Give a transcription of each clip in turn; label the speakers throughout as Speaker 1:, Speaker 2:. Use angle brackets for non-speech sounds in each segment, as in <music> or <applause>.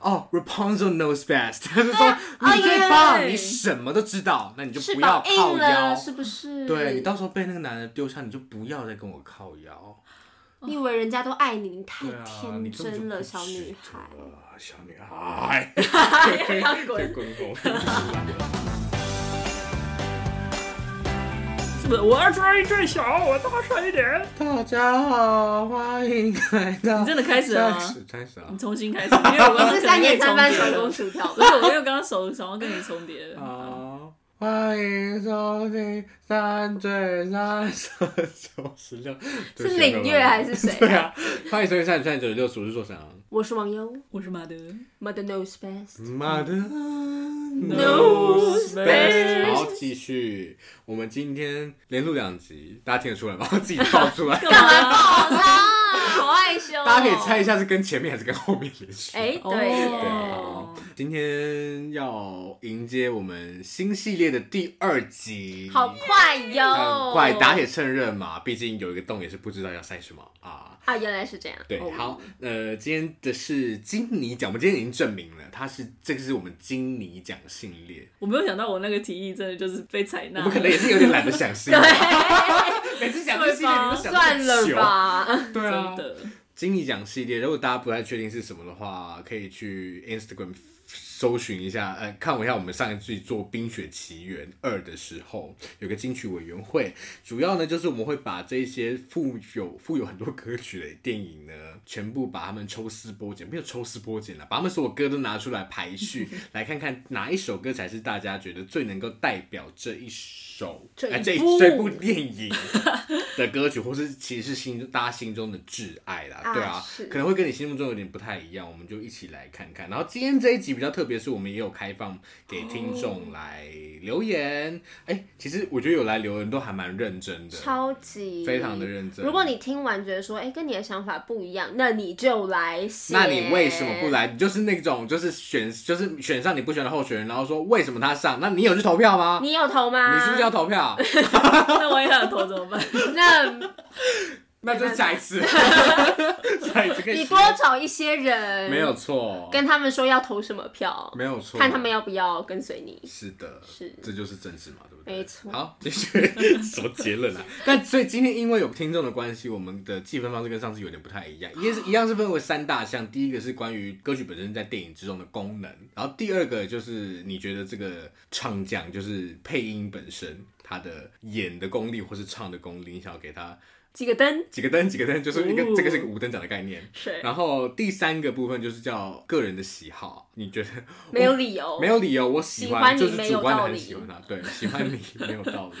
Speaker 1: 哦，Rapunzel knows best，他就说你最
Speaker 2: 哎
Speaker 1: 棒，
Speaker 2: 呀
Speaker 1: 你什么都知道，那你就
Speaker 2: 翅
Speaker 1: 不要
Speaker 2: 膀
Speaker 1: 靠
Speaker 2: 硬
Speaker 1: 腰
Speaker 2: 了，。是不是？
Speaker 1: 对你到时候被那个男的丢下，你就不要再跟我靠腰。
Speaker 2: 你以为人家都爱你，你太
Speaker 1: 对啊，你
Speaker 2: 哎天
Speaker 1: 根本就
Speaker 2: 真了，
Speaker 1: 不
Speaker 2: 小
Speaker 1: 值
Speaker 2: 女
Speaker 1: 得啊
Speaker 2: 孩。
Speaker 1: 小女
Speaker 2: <laughs>
Speaker 1: 孩，
Speaker 2: 要
Speaker 1: 滚
Speaker 2: 滚！
Speaker 1: 滚。
Speaker 2: 是不是？我要抓一最小，我大声一点。
Speaker 1: <laughs> 大家好，欢迎来到。
Speaker 3: 你真的开始了吗
Speaker 1: 开始，开始啊
Speaker 3: 你！重新开始，因为我
Speaker 2: 我
Speaker 3: 刚
Speaker 2: 是三年三 <laughs> 班成
Speaker 3: 成
Speaker 2: 功
Speaker 3: 功，
Speaker 2: 薯条
Speaker 3: 不。是我又刚刚手想要跟你重叠
Speaker 2: 啊
Speaker 3: 了。
Speaker 1: 好，欢迎收听三嘴三舌九 <laughs> 十六，对
Speaker 2: <laughs> 是领月还是谁啊
Speaker 1: 对啊，欢迎收听三嘴三九十六，数是说啥？
Speaker 2: 我是王优
Speaker 3: 我是马德，
Speaker 2: ，Mother knows
Speaker 1: <laughs>
Speaker 2: best。
Speaker 1: 妈的
Speaker 3: knows best
Speaker 1: 好，继续，我们今天连录两集，大家听得出来吗？自己爆出来，
Speaker 2: 干 <laughs> 嘛爆呢？好害羞哦。
Speaker 1: 大家可以猜一下是跟前面还是跟后面连续。
Speaker 2: 哎，
Speaker 1: 对
Speaker 2: 对，
Speaker 1: 好，今天要迎接我们新系列的第二集，
Speaker 2: 好哦快哟！
Speaker 1: 很快，打铁趁热嘛，毕竟有一个洞也是不知道要塞什么啊。
Speaker 2: 啊，原来是这样。
Speaker 1: 对
Speaker 3: 哦，
Speaker 1: 好，呃，今天的是金尼奖，我们今天已经证明了，它是这个是我们金尼奖系列，
Speaker 3: 我没有想到我那个提议真的就是被采
Speaker 1: 我
Speaker 3: 纳
Speaker 1: 们。可能也是有点懒得想新， <laughs> 每次想这系列你们想
Speaker 2: 算了
Speaker 1: 吧， <laughs>
Speaker 2: 吧，
Speaker 1: 对啊
Speaker 3: 真，的，
Speaker 1: 金尼奖系列，如果大家不太确定是什么的话，可以去 Instagram 搜寻一下，呃，看一下我们上一季做《冰雪奇缘二》的时候，有个金曲委员会，主要呢就是我们会把这些富有富有很多歌曲的电影呢，全部把它们抽丝剥茧，没有抽丝剥茧了，把他们所有歌都拿出来排
Speaker 2: <laughs>
Speaker 1: 序，来看看哪一首歌才是大家觉得最能够代表这一首，
Speaker 2: 这一
Speaker 1: 哎这一
Speaker 2: 部
Speaker 1: 这一部电
Speaker 2: <laughs>
Speaker 1: 影。 <laughs> 的歌曲，或是其实是心大家心中的挚爱啦，
Speaker 2: 啊
Speaker 1: 对啊
Speaker 2: 是，
Speaker 1: 可能会跟你心目中有点不太一样，我们就一起来看看。然后今天这一集比较特别，是我们也有开放给听
Speaker 2: 哦
Speaker 1: 众来留言。哎、其实我觉得有来留言都还蛮认真的，
Speaker 2: 超级
Speaker 1: 非常的认真
Speaker 2: 如果你听完觉得说，哎，跟你的想法不一样，那你就来写。
Speaker 1: 那你为什么不？来？你就是那种就是选就是选上你不喜欢的候选人，然后说为什么他上？那你有去投票吗？
Speaker 2: 你啊有投吗？
Speaker 1: 你是不是要？投
Speaker 2: <laughs>
Speaker 1: 票？
Speaker 3: 那万一他的头怎么办？ <laughs>
Speaker 2: 那
Speaker 1: 那就是下一
Speaker 2: <laughs>
Speaker 1: 次，下一次可以
Speaker 2: 你
Speaker 1: 试
Speaker 2: 多找一些人，
Speaker 1: 没有错，
Speaker 2: 跟他们说要投什么票，
Speaker 1: 没有错，
Speaker 2: 看他们要不要跟随你。
Speaker 1: 是的，
Speaker 2: 是
Speaker 1: 这就是政治嘛，对不对？
Speaker 2: 没错
Speaker 1: 好，继
Speaker 2: <laughs>
Speaker 1: 续什么结论啊？但所以今天因为有听众的关系，我们的计分方式跟上次有点不太一样，也是一样是分为三大项。第一个是关于歌曲本身在电影之中的功能，然后第二个就是你觉得这个唱将就是配音本身他的演的功力或是唱的功力，你想要给他
Speaker 2: 几个灯
Speaker 1: 几个灯几个灯，就是一个、
Speaker 3: 哦
Speaker 1: 这个是一个五等奖的概念。
Speaker 3: 是
Speaker 1: 然后第三个部分就是叫个人的喜好，你觉得
Speaker 2: 没有理由，
Speaker 1: 没有理由，我喜
Speaker 2: 喜欢
Speaker 1: 欢
Speaker 2: 你
Speaker 1: 就是
Speaker 2: 没
Speaker 1: 主
Speaker 2: 有
Speaker 1: 观的
Speaker 2: 道
Speaker 1: 很
Speaker 2: 理
Speaker 1: 喜欢他，对，喜欢你没有道理。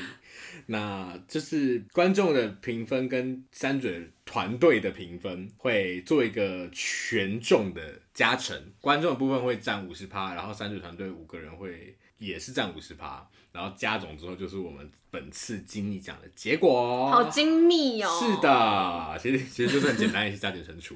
Speaker 1: 那就是观众的评分跟三嘴团队的评分会做一个权重的加成，观众的部分会占五十趴，然后三嘴团队五个人会也是占五十趴，然后加总之后就是我们本次金立奖的结果哦。
Speaker 2: 好精密哦。
Speaker 1: 是，的，其实其实就是很简单，也是加减
Speaker 2: <laughs>
Speaker 1: 乘除。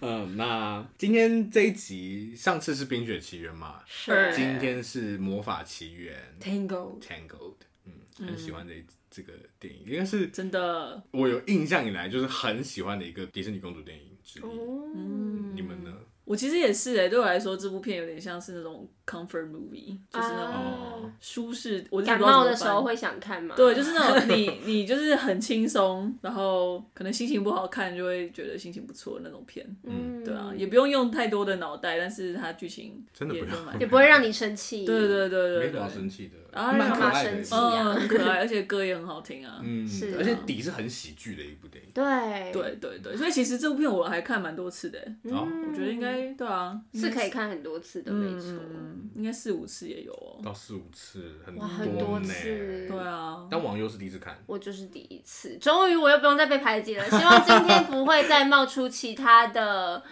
Speaker 1: 嗯，那今天这一集，上次是《冰雪奇缘》嘛，
Speaker 3: 是
Speaker 1: 今天是《魔法奇缘》
Speaker 2: Tango。
Speaker 1: （Tangled）。嗯，很喜欢这一、这个电影，应该是
Speaker 3: 真的，
Speaker 1: 我有印象以来就是很喜欢的一个迪士尼公主电影之一。
Speaker 3: 嗯
Speaker 2: 哦，
Speaker 1: 你们呢？
Speaker 3: 我其实也是哎，对我来说这部片有点像是那种 comfort movie，就是那种
Speaker 1: 哦
Speaker 2: 啊，
Speaker 3: 舒适。我
Speaker 2: 感冒的时候。会想看吗？
Speaker 3: 对，就是那种你 <laughs> 你就是很轻松，然后可能心情不好看就会觉得心情不错的那种片。
Speaker 2: 嗯，
Speaker 3: 对啊，也不用用太多的脑袋，但是它剧情
Speaker 1: 真的
Speaker 3: 也
Speaker 1: 不
Speaker 3: 就
Speaker 1: 用 <laughs>
Speaker 3: 蛮
Speaker 2: 也不会让你生气。
Speaker 3: 对对对
Speaker 1: 没什么
Speaker 3: 对对
Speaker 1: 好，生气的，
Speaker 3: 啊
Speaker 1: 蛮
Speaker 3: 让
Speaker 1: 可
Speaker 3: 他
Speaker 1: 爱的
Speaker 2: 生
Speaker 1: 一
Speaker 2: 气
Speaker 1: 部。
Speaker 2: 啊
Speaker 3: 嗯，很可爱，而且歌也很好听啊。
Speaker 1: 嗯
Speaker 2: 是，啊
Speaker 1: 而且底是很喜剧的一部电影。
Speaker 2: 对，
Speaker 3: 对对对，所以其实这部片我还看蛮多次的，欸
Speaker 1: 哦，
Speaker 3: 我觉得应该对啊，
Speaker 2: 嗯是可以看很多次的，没错。
Speaker 3: 嗯，应该四五次也有哦。
Speaker 1: 到四五次，很
Speaker 2: 哇很多
Speaker 1: 呢
Speaker 2: 次
Speaker 3: 对啊，
Speaker 1: 但网友是第一次看，
Speaker 2: 我就是第一次，终于我又不用再被排挤了。希望今天不会再冒出其他的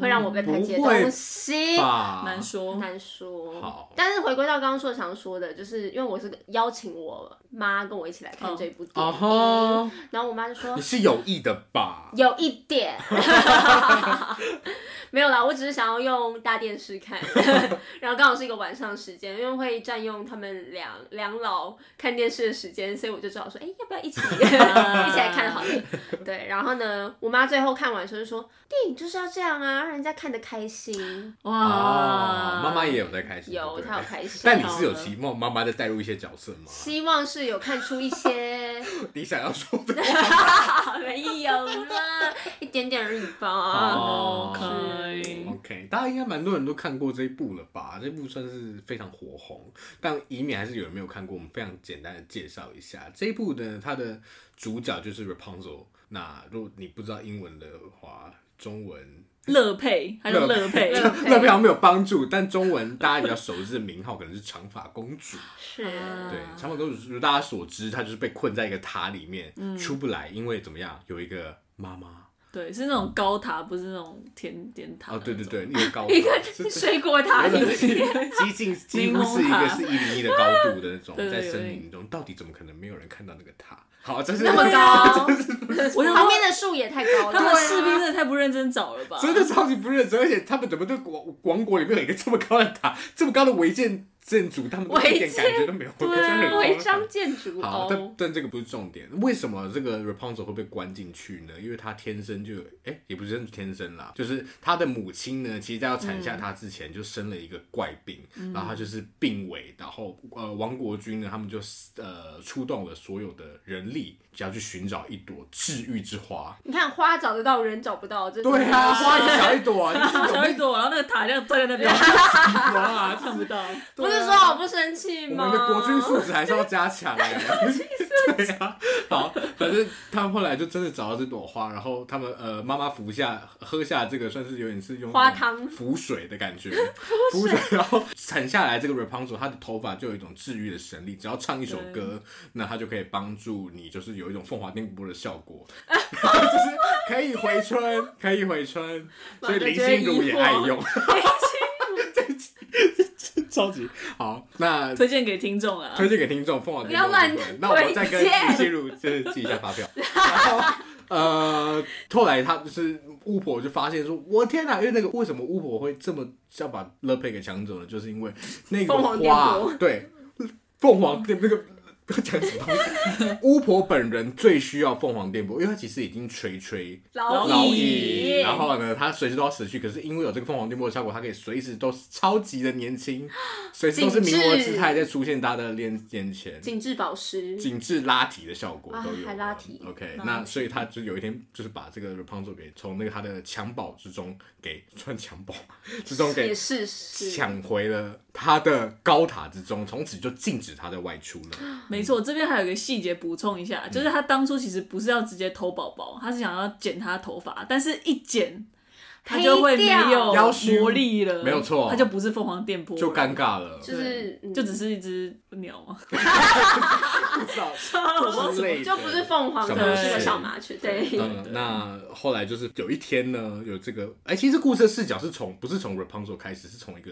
Speaker 2: 会让我被排挤的
Speaker 1: 嗯不会
Speaker 2: 东西。
Speaker 1: 吧？
Speaker 3: 难说。
Speaker 2: 难说。
Speaker 1: 好
Speaker 2: 但是回归到刚刚硕强说的，就是因为我是邀请我妈跟我一起来看这部电
Speaker 1: 哦
Speaker 2: 影，
Speaker 1: 吼，
Speaker 2: 然后我妈就说
Speaker 1: 你是有意的吧？
Speaker 2: 有一点， <laughs> 没有啦，我只是想要用大电视看， <laughs> 然后刚好是一个晚上时间，因为会占用他们两两老看电视的时间，所以我就只好说，哎、要不要一起一起来看好了？对，然后呢，我妈最后看完的时候就说，电影就是要这样啊，啊，让人家看得开心。
Speaker 1: 哦
Speaker 3: 哇，，
Speaker 1: 妈妈也有在开心，
Speaker 2: 有，
Speaker 1: 对不
Speaker 2: 他有
Speaker 1: 对
Speaker 2: 开心。哦
Speaker 1: 但你是有
Speaker 3: 好了
Speaker 1: 期望妈妈在带入一些角色吗？
Speaker 2: 希望是有看出
Speaker 1: <laughs>
Speaker 2: 一些， <laughs>
Speaker 1: 你想要说的
Speaker 2: 没有啦，一点点而已吧。
Speaker 1: 哦
Speaker 3: ，OK，
Speaker 1: OK，大家应该蛮多人都看过这一部了吧？这部算是非常火红，但以免还是有人没有看过，我们非常简单的介绍一下这一部呢。它的主角就是 Rapunzel。那如果你不知道英文的话，中文
Speaker 3: 乐佩，还有乐佩，
Speaker 2: 乐佩
Speaker 1: 那非常没有帮助，但中文大家比较熟知的名号可能是长发公主。
Speaker 2: 是，
Speaker 3: 啊
Speaker 1: 对，长发公主如大家所知，她就是被困在一个塔里面、出不来，因为怎么样，有一个妈妈
Speaker 3: 对，是那种高塔，不是那种甜点塔。
Speaker 1: 哦，对对，对，那个高
Speaker 2: 一个
Speaker 1: 是是
Speaker 2: 水果塔里
Speaker 1: <laughs> 对
Speaker 2: 面，
Speaker 1: 几近几乎是一个是一零一的高度的那种，
Speaker 3: 对
Speaker 1: 在
Speaker 3: 对
Speaker 1: 森林中，到底怎么可能没有人看到那个塔？好，这是
Speaker 2: 那么高，
Speaker 3: 我想
Speaker 2: 旁
Speaker 3: 说
Speaker 2: 边的树也太高了。
Speaker 3: 他们
Speaker 2: 对啊
Speaker 3: 士兵真的太不认真找了吧？
Speaker 1: 真的超级不认真，而且他们怎么对王王国里面有一个这么高的塔，这么高的违建建筑，他们都一点感觉都没有，
Speaker 3: 建
Speaker 1: 我觉得很荒唐
Speaker 2: 违章建筑
Speaker 1: 好，
Speaker 2: 哦
Speaker 1: 但，但这个不是重点。为什么这个 Rapunzel 会被关进去呢？因为她天生就有，哎、也不是天生啦，就是她的母亲呢，其实在要产下她之前就生了一个怪病，然后她就是病危，然后呃，王国军呢，他们就呃出动了所有的人力，只要去寻找一朵治愈之花。
Speaker 2: 你看花找得到，人找不到，这
Speaker 1: 对啊，花一小一朵 <laughs> 啊，就是有
Speaker 3: 小
Speaker 1: 那
Speaker 3: 一朵，然后那个塔这样站在那边，
Speaker 1: 朵啊，
Speaker 3: 看不
Speaker 2: <laughs>
Speaker 3: 到。
Speaker 2: 不是说好不生气
Speaker 1: 我
Speaker 2: 吗？
Speaker 1: 们的国军素质还是要加强哎、对啊，好，反正他们后来就真的找到这朵花，然后他们呃妈妈服下喝下这个，算是有点是用
Speaker 2: 花汤
Speaker 1: 浮水的感觉，浮水，然后产下来这个 Rapunzel，她的头发就有一种治愈的神力，只要唱一首歌，那它就可以帮助你，就是有一种凤凰电波的效果，就是可以回春，可以回春，所以林心如也爱用， <laughs> 超级好，那
Speaker 3: 推荐给听众啊，
Speaker 1: 推荐给听众，凤凰
Speaker 2: 不要乱推荐
Speaker 1: 那我们再跟玉溪路就是寄一下发票。
Speaker 2: <laughs>
Speaker 1: 然后呃，后来他就是巫婆就发现说，我天哪，因为那个为什么巫婆会这么要把乐佩给抢走呢？就是因为那个
Speaker 2: 凤凰电
Speaker 1: 花
Speaker 2: 波，
Speaker 1: 对，凤凰那个。讲什么东西？ <laughs> 巫婆本人最需要凤凰电波，因为她其实已经垂垂
Speaker 2: 老
Speaker 1: 老
Speaker 2: 矣
Speaker 1: 矣，然后呢，她随时都要死去。可是因为有这个凤凰电波的效果，她可以随时都是超级的年
Speaker 2: <gasps>
Speaker 1: 轻，随时都是名模姿态在出现大家的面眼前，
Speaker 2: 紧致宝石，
Speaker 1: 紧致拉提的效果
Speaker 2: 啊
Speaker 1: 都有了。嗯
Speaker 2: 还拉提
Speaker 1: OK，
Speaker 3: 拉提
Speaker 1: 那所以她就有一天就是把这个 Rapunzel 给从那个她的襁褓之中给 <laughs> 算襁褓之中给
Speaker 2: 也是是
Speaker 1: 抢回了她的高塔之中，从此就禁止她在外出了。
Speaker 3: 没错，这边还有一个细节补充一下，
Speaker 2: 嗯
Speaker 3: 就是他当初其实不是要直接偷宝宝，他是想要剪他头发，但是一剪他就会没有
Speaker 1: 妖修
Speaker 3: 魔力了，
Speaker 1: 没有错
Speaker 3: 他就不是凤凰电波了，
Speaker 1: 就尴尬了，
Speaker 2: 就是嗯
Speaker 3: 就只是一只鸟啊嘛。
Speaker 1: 不知道之类的
Speaker 2: <laughs> 就不是凤凰，可能是个小麻雀，对。
Speaker 1: 嗯，那后来就是有一天呢，有这个，哎、其实故事的视角是从不是从 Rapunzel 开始，是从一个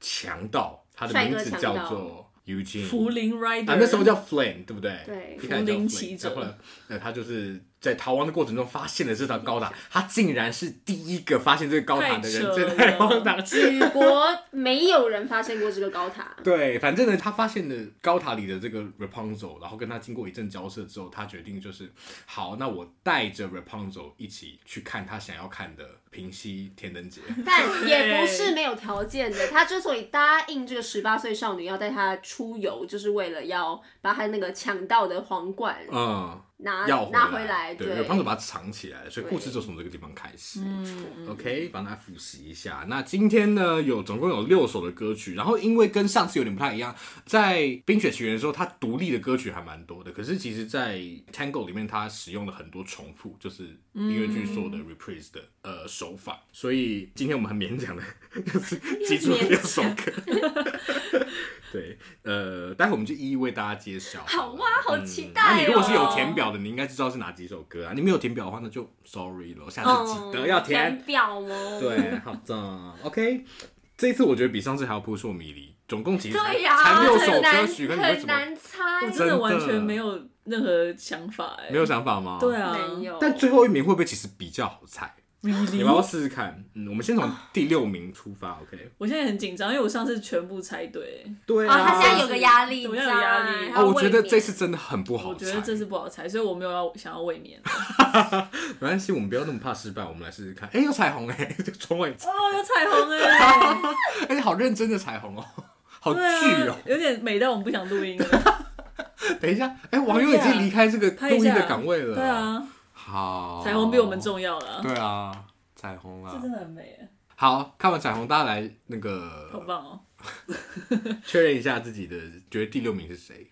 Speaker 1: 强盗，他的
Speaker 2: 帅哥
Speaker 1: 名字
Speaker 2: 强
Speaker 1: 叫
Speaker 2: 盗
Speaker 1: 做 Eugene
Speaker 3: 福林 Rider
Speaker 1: 啊，那时候叫 Flame，对不对？
Speaker 2: 对
Speaker 1: 一开始叫
Speaker 3: 福
Speaker 1: Flame，
Speaker 3: 林骑
Speaker 1: 然后
Speaker 3: 者
Speaker 1: 后来，呃，他就是在逃亡的过程中发现了这座高塔，他竟然是第一个发现这个高塔的人，
Speaker 3: 太扯
Speaker 1: 这
Speaker 3: 了
Speaker 1: 太荒唐了。
Speaker 2: 举国没有人发现过这个高塔，
Speaker 1: 对，反正呢，他发现了高塔里的这个 Rapunzel，然后跟他经过一阵交涉之后，他决定就是好，那我带着 Rapunzel 一起去看他想要看的平息天灯节。
Speaker 2: 但也不是没有条件的。他之所以答应这个十八岁少女要带她出游，就是为了要把她那个抢到的皇冠
Speaker 1: 嗯，
Speaker 2: 拿
Speaker 1: 要
Speaker 2: 拿
Speaker 1: 回
Speaker 2: 回来。
Speaker 1: 对
Speaker 2: 对，
Speaker 1: ，Rapunzel 把它藏起来了，所以故事
Speaker 2: 对
Speaker 1: 就从这个地方开始。
Speaker 3: 嗯，
Speaker 1: OK，帮大家复习一下。那今天呢，有总共有六首的歌曲，然后因为跟上次有点不太一样，在《冰雪奇缘》的时候，它独立的歌曲还蛮多的，可是其实在《Tango》里面，它使用了很多重复，就是音乐剧做的
Speaker 2: 嗯
Speaker 1: reprise 的、呃手法，所以今天我们很勉强的就是记住了六首歌。
Speaker 2: <laughs>
Speaker 1: 对，呃，待会我们就一一为大家揭晓。嗯
Speaker 2: 好哇，好期待哦！
Speaker 1: 那你如果是有填表的，你应该知道是哪几首歌啊？你没有填表的话，那就 sorry 咯，下次记
Speaker 2: 哦
Speaker 1: 得要填。
Speaker 2: 嗯填表哦。
Speaker 1: 对，好的，OK。这一次我觉得比上次还要扑朔迷离，总共其实才
Speaker 2: 对呀，
Speaker 1: 才六首
Speaker 2: 很
Speaker 1: 歌
Speaker 2: 难
Speaker 1: 曲，跟你为什
Speaker 2: 很
Speaker 1: 么
Speaker 2: 难猜
Speaker 3: 我，真
Speaker 1: 真的
Speaker 3: 的完全没有任何想法哎、
Speaker 1: 没有想法吗？
Speaker 3: 对。啊，
Speaker 2: 没有。
Speaker 1: 但最后一名会不会其实比较好猜？你们要不要试试看？嗯，我们先从
Speaker 2: 哦
Speaker 1: 第六名出发，OK？
Speaker 3: 我现在很紧张，因为我上次全部猜对，
Speaker 1: 对
Speaker 2: 哦，
Speaker 1: 啊，
Speaker 2: 他现在有个压力，
Speaker 3: 我
Speaker 2: 你
Speaker 3: 要
Speaker 2: 知
Speaker 3: 有
Speaker 2: 道吗
Speaker 3: 压力
Speaker 2: 他
Speaker 1: 哦，我
Speaker 2: 未
Speaker 1: 觉得
Speaker 2: 免
Speaker 1: 这次真的很不好
Speaker 3: 我
Speaker 1: 猜。
Speaker 3: 觉得这次不好猜，所以我没有要想要卫冕。
Speaker 1: 没关系，我们不要那么怕失败，我们来试试看。哎、有彩虹哎、 <laughs> 就窗外，
Speaker 3: 哦，有彩虹
Speaker 1: <laughs>
Speaker 3: 哎、
Speaker 1: 哎、好认真的彩虹哦、好巨
Speaker 3: 对
Speaker 1: 哦
Speaker 3: 啊、，有点美到我们不想
Speaker 1: <laughs>
Speaker 3: 录音了。
Speaker 1: 等一下，哎、网友已经离开这个
Speaker 3: 拍一
Speaker 1: 录音
Speaker 3: 下
Speaker 1: 的岗位了。
Speaker 3: 对，啊，
Speaker 1: 好，
Speaker 3: 彩虹比我们。重要了，
Speaker 1: 对啊，彩虹
Speaker 3: 这
Speaker 1: 啊，
Speaker 3: 真的很美耶，
Speaker 1: 好，看完彩虹，大家来那
Speaker 3: 好
Speaker 1: 个
Speaker 3: 棒哦！
Speaker 1: 确认一下自己的，觉得第六名是谁。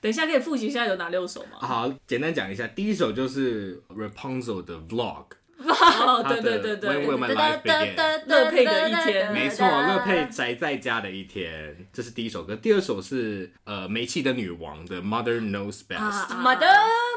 Speaker 3: 等一下可以复习一下有哪六首吗？
Speaker 1: 好，简单讲一下，第一首就是 Rapunzel 的 Vlog，
Speaker 3: 哦，
Speaker 1: 他
Speaker 3: 对
Speaker 1: 的
Speaker 3: 对对
Speaker 1: When Will My
Speaker 3: 对，
Speaker 1: Life Begin？
Speaker 3: 乐佩的一天
Speaker 1: 没错，乐佩宅在家的一天，这是第一首歌。第二首是呃煤气的女王的 Mother Knows Best。
Speaker 3: 啊
Speaker 2: ，mother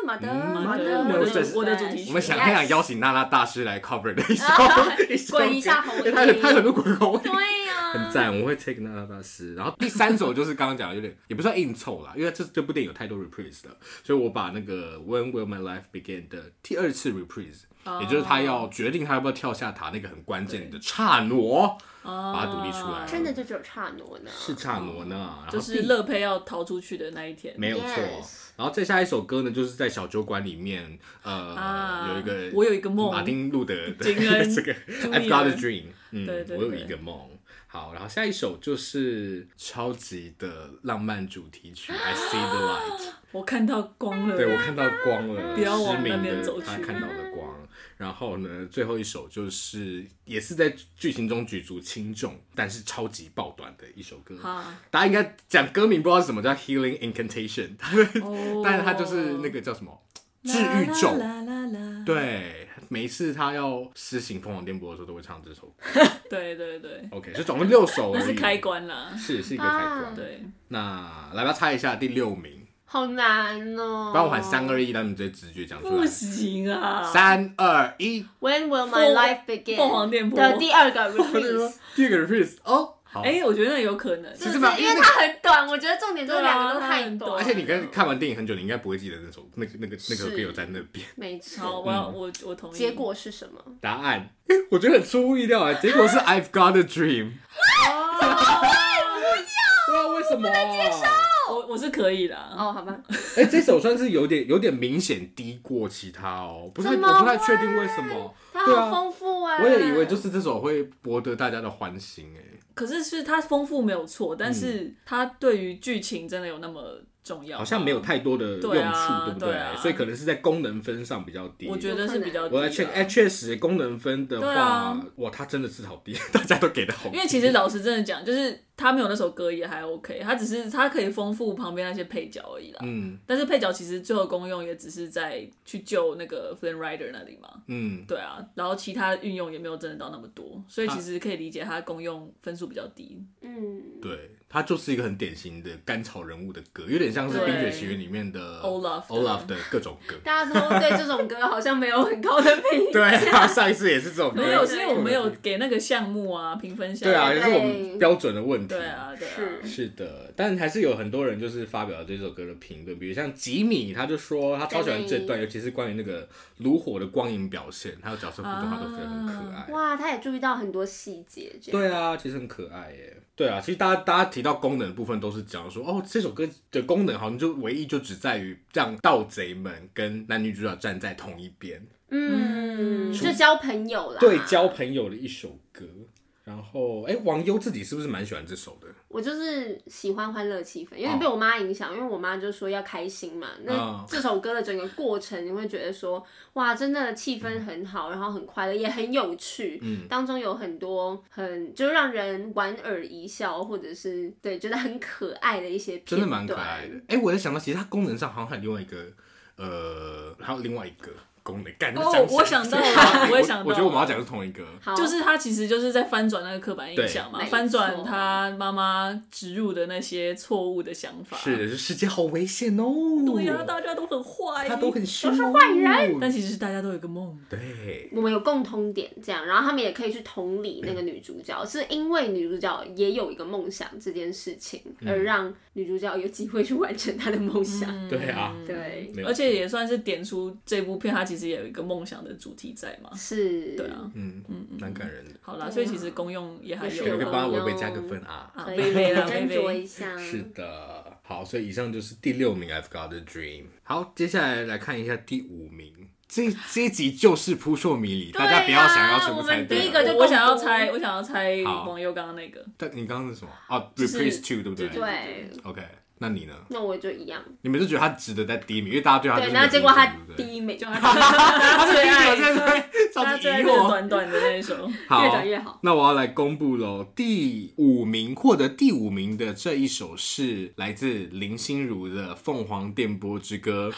Speaker 2: mother
Speaker 1: 嗯
Speaker 2: mother，
Speaker 1: 我的主
Speaker 3: 我的主题曲
Speaker 1: 我们想很想邀请娜娜大师来 cover 的一首
Speaker 3: 啊
Speaker 1: <laughs> 一首歌，
Speaker 2: 滚一下红
Speaker 1: 因
Speaker 2: 衣
Speaker 1: 为她有她有很多滚红衣，
Speaker 2: 对呀，
Speaker 1: 很赞，我会 take 娜娜大师。然后第三首就是刚刚讲的，有点也不算硬凑啦，因为这这部电影有太多 reprise 了，所以我把那个 When Will My Life Begin 的第二次 reprise，、也就是他要决定他要不要跳下塔那个很关键的刹那，把它独立出来，
Speaker 2: 真的就只有刹那呢，
Speaker 1: 是刹那呢，然后
Speaker 3: 就是
Speaker 1: 第
Speaker 3: 乐佩要逃出去的那一天。
Speaker 1: 没有错
Speaker 2: Yes。
Speaker 1: 然后再下一首歌呢，就是在小酒馆里面，呃，
Speaker 3: 啊
Speaker 1: 有一个
Speaker 3: 我有一个梦
Speaker 1: 马丁路德的
Speaker 3: 景
Speaker 1: <laughs>
Speaker 3: 恩
Speaker 1: 这个
Speaker 3: Junior
Speaker 1: I've got a dream，嗯，
Speaker 3: 对对
Speaker 1: 我有
Speaker 3: 对
Speaker 1: 一个梦。好，然后下一首就是超级的浪漫主题曲 I See the
Speaker 3: <gasps>
Speaker 1: Light，
Speaker 3: 我看到光了，
Speaker 1: 对我看到光了，
Speaker 3: 不要往
Speaker 1: 失明
Speaker 3: 那边
Speaker 1: 的
Speaker 3: 走
Speaker 1: 他
Speaker 3: 去
Speaker 1: 看到了光。然后呢，最后一首就是也是在剧情中举足轻重，但是超级爆短的一首歌。
Speaker 3: 啊，
Speaker 1: 大家应该讲歌名不知道是什么叫 Healing Incantation，<laughs>
Speaker 3: 哦
Speaker 1: 但是它就是那个叫什么治愈咒，
Speaker 3: 啦啦啦啦
Speaker 1: 对，每一次他要施行疯狂电波的时候，都会唱这首歌。
Speaker 3: 对对对，
Speaker 1: OK，就总共六首而
Speaker 3: 那
Speaker 1: 已，
Speaker 3: 是开，关啦。
Speaker 1: 是是一个开关。
Speaker 2: 啊
Speaker 3: 对，
Speaker 1: 那来吧，猜一下第六名，
Speaker 2: 好难哦。
Speaker 1: 不然我喊三二一，让你们直接直觉讲出
Speaker 3: 不
Speaker 1: 来。
Speaker 3: 行啊，
Speaker 1: 三二一，
Speaker 2: When will my
Speaker 3: 凤
Speaker 2: life begin？
Speaker 3: 凤凰电波
Speaker 2: 的第
Speaker 1: <laughs>
Speaker 2: 二个
Speaker 1: 我跟你说
Speaker 2: reprise，
Speaker 1: 第二个 reprise 哦，好，
Speaker 3: 哎，我觉得那有可能，
Speaker 1: 其实
Speaker 2: 是
Speaker 1: 蛮
Speaker 2: 因为它很短，我觉得重点就是两个都太
Speaker 3: 对啊它很短
Speaker 1: 而
Speaker 2: 短
Speaker 1: 且。你跟看完电影很久，你应该不会记得那首那个那个那个歌有在那
Speaker 3: <laughs>
Speaker 1: 边。
Speaker 2: 没
Speaker 3: 好，
Speaker 2: 错，
Speaker 3: 我
Speaker 1: 嗯
Speaker 3: 嗯要我我同意。
Speaker 2: 结果是什么？
Speaker 1: 答案，哎我觉得很出乎意料啊，结果是 I've got a
Speaker 3: <laughs>
Speaker 1: dream。哇，为什么？
Speaker 3: <laughs>
Speaker 1: 啊
Speaker 3: 我我是可以啦。
Speaker 2: 哦，好吧，
Speaker 1: <laughs> 哎、这首算是有点有点明显低过其他哦，不太
Speaker 2: 怎么
Speaker 1: 我不太确定为什么。
Speaker 2: 它
Speaker 1: 对
Speaker 2: 好
Speaker 1: 啊，
Speaker 2: 丰富啊！
Speaker 1: 我也以为就是这首会博得大家的欢心哎、
Speaker 3: 可是是它丰富没有错，但是它对于剧情真的有那么重要？
Speaker 1: 嗯好像没有。太多的用处，
Speaker 3: 对啊
Speaker 1: 不对？
Speaker 3: 对啊
Speaker 1: 所以可能是在功能分上比较低。
Speaker 3: 我觉得是比较低啊
Speaker 1: 我来
Speaker 3: 的
Speaker 1: check，哎、确实功能分的话，
Speaker 3: 对啊
Speaker 1: 哇，它真的是好低， <laughs> 大家都给的好低。
Speaker 3: 因为其实老实真的讲，就是他没有那首歌也还 OK，他只是他可以丰富旁边那些配角而已啦。
Speaker 1: 嗯
Speaker 3: 但是配角其实最后功用也只是在去救那个 Flynn Rider 那里嘛，
Speaker 1: 嗯，
Speaker 3: 对啊，然后其他运用也没有真的到那么多，所
Speaker 1: 啊
Speaker 3: 以其实可以理解他功用分数比较低。
Speaker 2: 嗯，
Speaker 1: 对，它就是一个很典型的甘草人物的歌，有点像是《
Speaker 3: 对
Speaker 1: 冰雪奇缘》里面的
Speaker 3: Olaf 的
Speaker 1: Olaf 的各种
Speaker 3: <laughs>
Speaker 1: 歌。
Speaker 2: 大家都对这种歌好像没有很高的评
Speaker 1: <laughs>
Speaker 2: 价。
Speaker 1: 对啊，上一次也是这种歌。
Speaker 3: 没有，
Speaker 2: 对
Speaker 3: 是因为我没有给那个项目啊评分项
Speaker 1: 对
Speaker 3: 目。
Speaker 1: 啊，也
Speaker 2: 对
Speaker 1: 是我们标准的问题。
Speaker 3: 对啊，对啊
Speaker 2: 是，
Speaker 1: 是的，但还是有很多人就是发表了对这首歌的评论，比如像吉米，他就说他超喜欢这段，尤其是关于那个炉火的光影表现，还有角色互动，他都觉得很可爱。
Speaker 3: 啊
Speaker 2: 哇，他也注意到很多细节，这样
Speaker 1: 对啊，其实很可爱耶。对啊，其实大家大家提到功能的部分，都是讲说哦，这首歌的功能好像就唯一就只在于让盗贼们跟男女主角站在同一边，
Speaker 2: 嗯，
Speaker 1: 除
Speaker 2: 就交朋友啦。
Speaker 3: 啊
Speaker 1: 对交朋友的一首歌。然后，哎，王优自己是不是蛮喜欢这首的？
Speaker 2: 我就是喜欢欢乐气氛，有
Speaker 1: 哦
Speaker 2: 点被我妈影响，因为我妈就说要开心嘛。
Speaker 1: 嗯
Speaker 2: 那这首歌的整个过程，你会觉得说，哇，真的气
Speaker 1: 嗯
Speaker 2: 氛很好，然后很快乐，也很有趣。嗯，当中有很多很就让人莞尔一笑，或者是对觉得很可爱的一些片
Speaker 1: 真
Speaker 2: 段，
Speaker 1: 的蛮可爱的。哎、我在想到，其实它功能上好像还有另外一个，呃，还有另外一个功能。干，
Speaker 3: 哦
Speaker 1: 讲起来
Speaker 3: 我想
Speaker 1: <laughs>
Speaker 3: 到了我也想到
Speaker 1: 我觉得我们要讲的是同一个。
Speaker 2: 好，
Speaker 3: 就是他其实就是在翻转那个刻板印象嘛，
Speaker 2: 对
Speaker 3: 翻
Speaker 2: 没
Speaker 3: 转
Speaker 2: 错
Speaker 3: 他妈妈植入的那些错误的想法。
Speaker 1: 是，的，是世界好危险哦。
Speaker 3: 对呀、大家都很坏，
Speaker 1: 他都很凶、
Speaker 2: 都是
Speaker 1: 坏人
Speaker 3: 但其实大家都有一个梦。
Speaker 1: 对，
Speaker 2: 我们有共通点，这样，然后他们也可以去同理那个女主角，是因为女主角也有一个梦想这件事情，
Speaker 1: 嗯
Speaker 2: 而让女主角有机会去完成她的梦想。
Speaker 1: 对啊，
Speaker 2: 嗯对，
Speaker 1: 没有
Speaker 3: 而且也算是点出这部片它其其实也有一个梦想的主题在嘛。
Speaker 2: 是，啊
Speaker 3: 对，啊，
Speaker 1: 嗯嗯，蛮感人的。
Speaker 3: 好啦，所以其实公用也还
Speaker 2: 也是
Speaker 1: 有人
Speaker 3: 有
Speaker 1: 可以
Speaker 2: 啊
Speaker 1: 帮他微微加个分啊。
Speaker 3: 啊，
Speaker 2: 可
Speaker 3: 微
Speaker 2: 以
Speaker 3: 微啦，微
Speaker 2: <laughs> 斟酌
Speaker 3: 微
Speaker 2: 一。下。
Speaker 1: 是的，好，所以以上就是第六名《I've Got a Dream》。好，接下来来看一下第五名，这这一集就是扑朔迷离，
Speaker 2: 对啊
Speaker 1: 大家不要想要全部
Speaker 2: 我
Speaker 1: 猜
Speaker 2: 们
Speaker 1: 对了。
Speaker 2: 第一个就
Speaker 3: 我想要猜，我想要猜
Speaker 1: 好
Speaker 3: 网友刚刚那个，
Speaker 1: 但你刚刚是什么？啊
Speaker 3: 就
Speaker 1: ，Reprise
Speaker 3: 是
Speaker 1: Two 对不对？
Speaker 2: 对，
Speaker 1: OK，那你呢？
Speaker 2: 那我就一样。
Speaker 1: 你们就觉得他值得在第一名，因为大家对他就
Speaker 2: 对，
Speaker 1: 是
Speaker 2: 然后结果他第
Speaker 1: 一，
Speaker 2: 一美就
Speaker 3: 他
Speaker 1: 他
Speaker 3: 最爱，
Speaker 1: 在那 <laughs>
Speaker 3: 他
Speaker 1: 超级
Speaker 3: 最爱
Speaker 1: 疑
Speaker 3: 就是
Speaker 1: 惑。
Speaker 3: 短短的那一首。
Speaker 1: 好，
Speaker 2: 越短越好。
Speaker 1: 那我要来公布喽，第五名获得第五名的这一首是来自林心如的《凤凰电波之歌》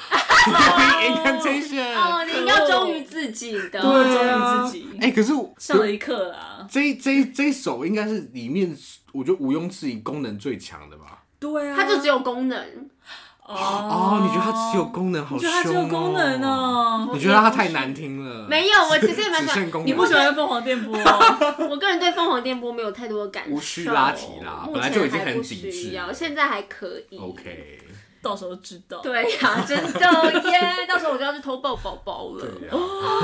Speaker 1: ，Incantation。
Speaker 2: 哦，你要忠于自己的，
Speaker 1: 对
Speaker 3: 忠
Speaker 1: 啊
Speaker 3: 于自己
Speaker 1: 哎、可是我
Speaker 3: 上了一课啦。
Speaker 1: 这这这首应该是里面我觉得毋庸置疑功能最强的吧？
Speaker 3: 对啊，
Speaker 2: 它就只有功能。
Speaker 1: 哦
Speaker 3: 哦，，
Speaker 1: 你觉得它只有功能好
Speaker 3: 你
Speaker 1: 凶
Speaker 3: 觉
Speaker 1: 哦？
Speaker 3: 得它只有功能
Speaker 1: <laughs>
Speaker 3: 哦？
Speaker 1: 你觉得它太难听了？
Speaker 2: 没有，我其实也蛮
Speaker 1: 只
Speaker 2: 喜
Speaker 1: 剩
Speaker 2: 欢。
Speaker 1: 功能。
Speaker 3: 你不喜欢凤凰电
Speaker 1: <laughs>
Speaker 3: 波哦？
Speaker 2: 我个人对凤凰电波没有太多的感受，
Speaker 1: 无需拉提啦
Speaker 2: 目
Speaker 1: 本来就已
Speaker 2: 前
Speaker 1: 经
Speaker 2: 还
Speaker 1: 很
Speaker 2: 不
Speaker 1: 紧致
Speaker 2: 需要，现在还可以。
Speaker 1: OK？
Speaker 3: 到时候知道。
Speaker 2: 对呀、真的
Speaker 1: <laughs>
Speaker 2: 耶！到时候我就要去偷抱宝宝了。
Speaker 1: 对呀、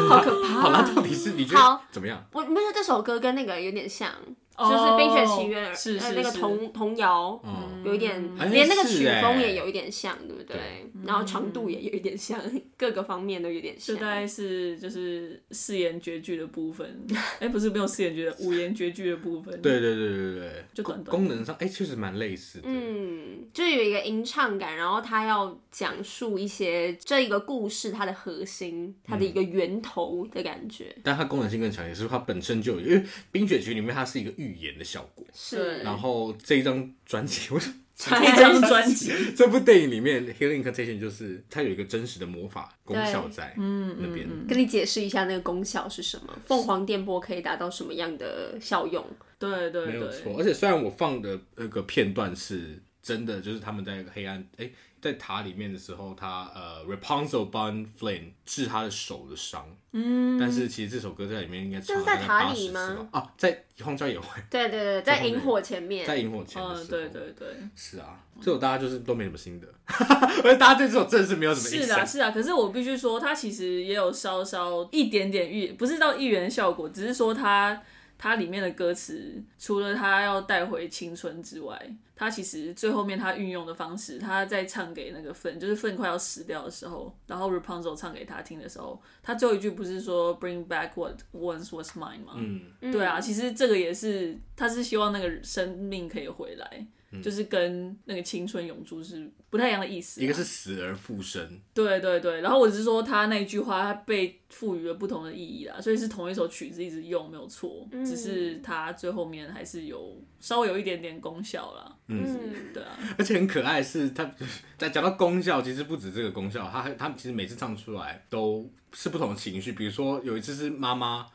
Speaker 3: 好可怕！
Speaker 1: 好啦，到底是你觉得
Speaker 2: 好
Speaker 1: 怎么样？
Speaker 2: 我没有这首歌跟那个有点像，
Speaker 3: <laughs> 哦
Speaker 2: 就是《冰雪奇缘》
Speaker 3: 是
Speaker 2: 呃
Speaker 3: 是
Speaker 2: 那个
Speaker 3: 是
Speaker 2: 童童谣，
Speaker 1: 嗯
Speaker 2: 有一点、
Speaker 1: 哎
Speaker 2: 连那个
Speaker 1: 是
Speaker 2: 曲风也
Speaker 1: 哎
Speaker 2: 有一点像，对不对？
Speaker 1: 对
Speaker 2: 然后长度也有一点像，各个方面都有点
Speaker 3: 这
Speaker 2: 像。
Speaker 3: 大概是就是誓言绝句的部分，哎，不是没有誓言绝句，五言绝句的部分。
Speaker 1: 对对对对对对，
Speaker 3: 就短短的
Speaker 1: 功能上，哎、确实蛮类似的。
Speaker 2: 嗯，就有一个吟唱感，然后他要讲述一些这一个故事它的核心，它的一个
Speaker 1: 嗯
Speaker 2: 源头的感觉。
Speaker 1: 但它功能性更强，也是它本身就有，因为《冰雪奇缘》里面它是一个预言的效果。
Speaker 2: 是，
Speaker 3: 嗯
Speaker 1: 然后这一张专辑，我
Speaker 3: <laughs> 一张专
Speaker 1: <laughs>
Speaker 3: 辑，
Speaker 1: 这部电影里面《Healing Incantation》就是它有一个真实的魔法功效
Speaker 2: 对
Speaker 1: 在
Speaker 3: 嗯
Speaker 1: 那边。
Speaker 2: <laughs> 跟你解释一下那个功效是什么？凤凰电波可以达到什么样的效用？
Speaker 3: 对对
Speaker 1: 没有
Speaker 3: 对，
Speaker 1: 错。而且虽然我放的那个片段是真的，就是他们在黑暗哎、在塔里面的时候，他呃 Rapunzel帮 Flynn 治他的手的伤，嗯，但是其实这首歌在里面应该唱了
Speaker 2: 这是在
Speaker 1: 大概
Speaker 2: 塔里
Speaker 1: 80
Speaker 2: 吗
Speaker 1: 次吧？啊，在荒郊野外，
Speaker 2: 对对对，在萤火前面，
Speaker 1: 在萤火前的时候，
Speaker 3: 嗯，对对对。
Speaker 1: 是啊，这首大家就是都没什么心得， <laughs> 而且大家对这首真的是没有什么印
Speaker 3: 是啊，
Speaker 1: 象。
Speaker 3: 是啊，可是我必须说，它其实也有稍稍一点点预，不是到预言效果，只是说它它里面的歌词，除了它要带回青春之外，它其实最后面它运用的方式，它在唱给那个粪，就是粪快要死掉的时候，然后 Rapunzel 唱给他听的时候，他最后一句不是说 Bring back what once was mine 吗？
Speaker 1: 嗯，
Speaker 3: 对啊，其实这个也是，他是希望那个生命可以回来。
Speaker 1: 嗯
Speaker 3: 就是跟那个青春永驻是不太一样的意思啊、
Speaker 1: 一个是死而复生，
Speaker 3: 对对对，然后我只是说他那一句话，他被赋予了不同的意义啦，所以是同一首曲子一直用没有错，
Speaker 1: 嗯
Speaker 3: 只是它最后面还是有稍微有一点点功效啦。
Speaker 2: 嗯，
Speaker 3: 对啊，
Speaker 1: 而且很可爱是它在讲到功效，其实不止这个功效，它还它其实每次唱出来都是不同的情绪。比如说有一次是妈妈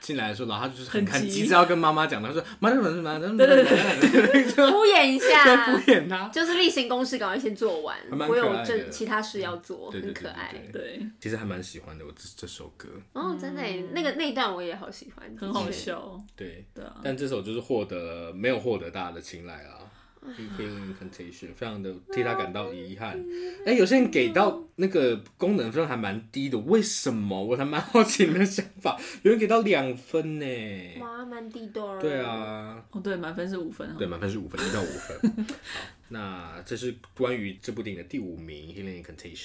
Speaker 1: 进来的时候，然后她就是很
Speaker 3: 很
Speaker 1: 很
Speaker 3: 急
Speaker 1: 急着要跟妈妈讲，她说妈妈妈妈妈，对对对，
Speaker 2: 敷衍一
Speaker 1: 在敷
Speaker 2: 下，
Speaker 1: 衍她。
Speaker 2: 就是例行公事，赶快先做完
Speaker 1: 还蛮。可
Speaker 2: 我
Speaker 1: 爱的嗯
Speaker 2: 有这其他事要做，
Speaker 1: 对
Speaker 2: 很
Speaker 1: 对
Speaker 2: 可
Speaker 1: 对
Speaker 2: 爱。
Speaker 1: 对对，
Speaker 3: 对，
Speaker 1: 其实还蛮喜欢的我这这首歌，
Speaker 2: 哦，真的耶，那个那一段我也好喜欢，
Speaker 3: 嗯很好
Speaker 2: 的确。
Speaker 3: 笑。
Speaker 1: 对。
Speaker 3: 对啊，
Speaker 1: 但这首就是获得没有获得大家的青睐啊。Healing Incantation 非
Speaker 3: 啊
Speaker 1: 常的替他感到遗憾。哎、有些人给到那个功能分还蛮低的，为什么？我还蛮好奇你们的想法。 <laughs> 有人给到两分呢。
Speaker 2: 哇，蛮地道。
Speaker 1: 对，啊，
Speaker 3: 哦对，满分是五分哦。
Speaker 1: 对，满分是五 <laughs> 分，一到五分。好，那这是关于这部电影的第五名《Healing Incantation》。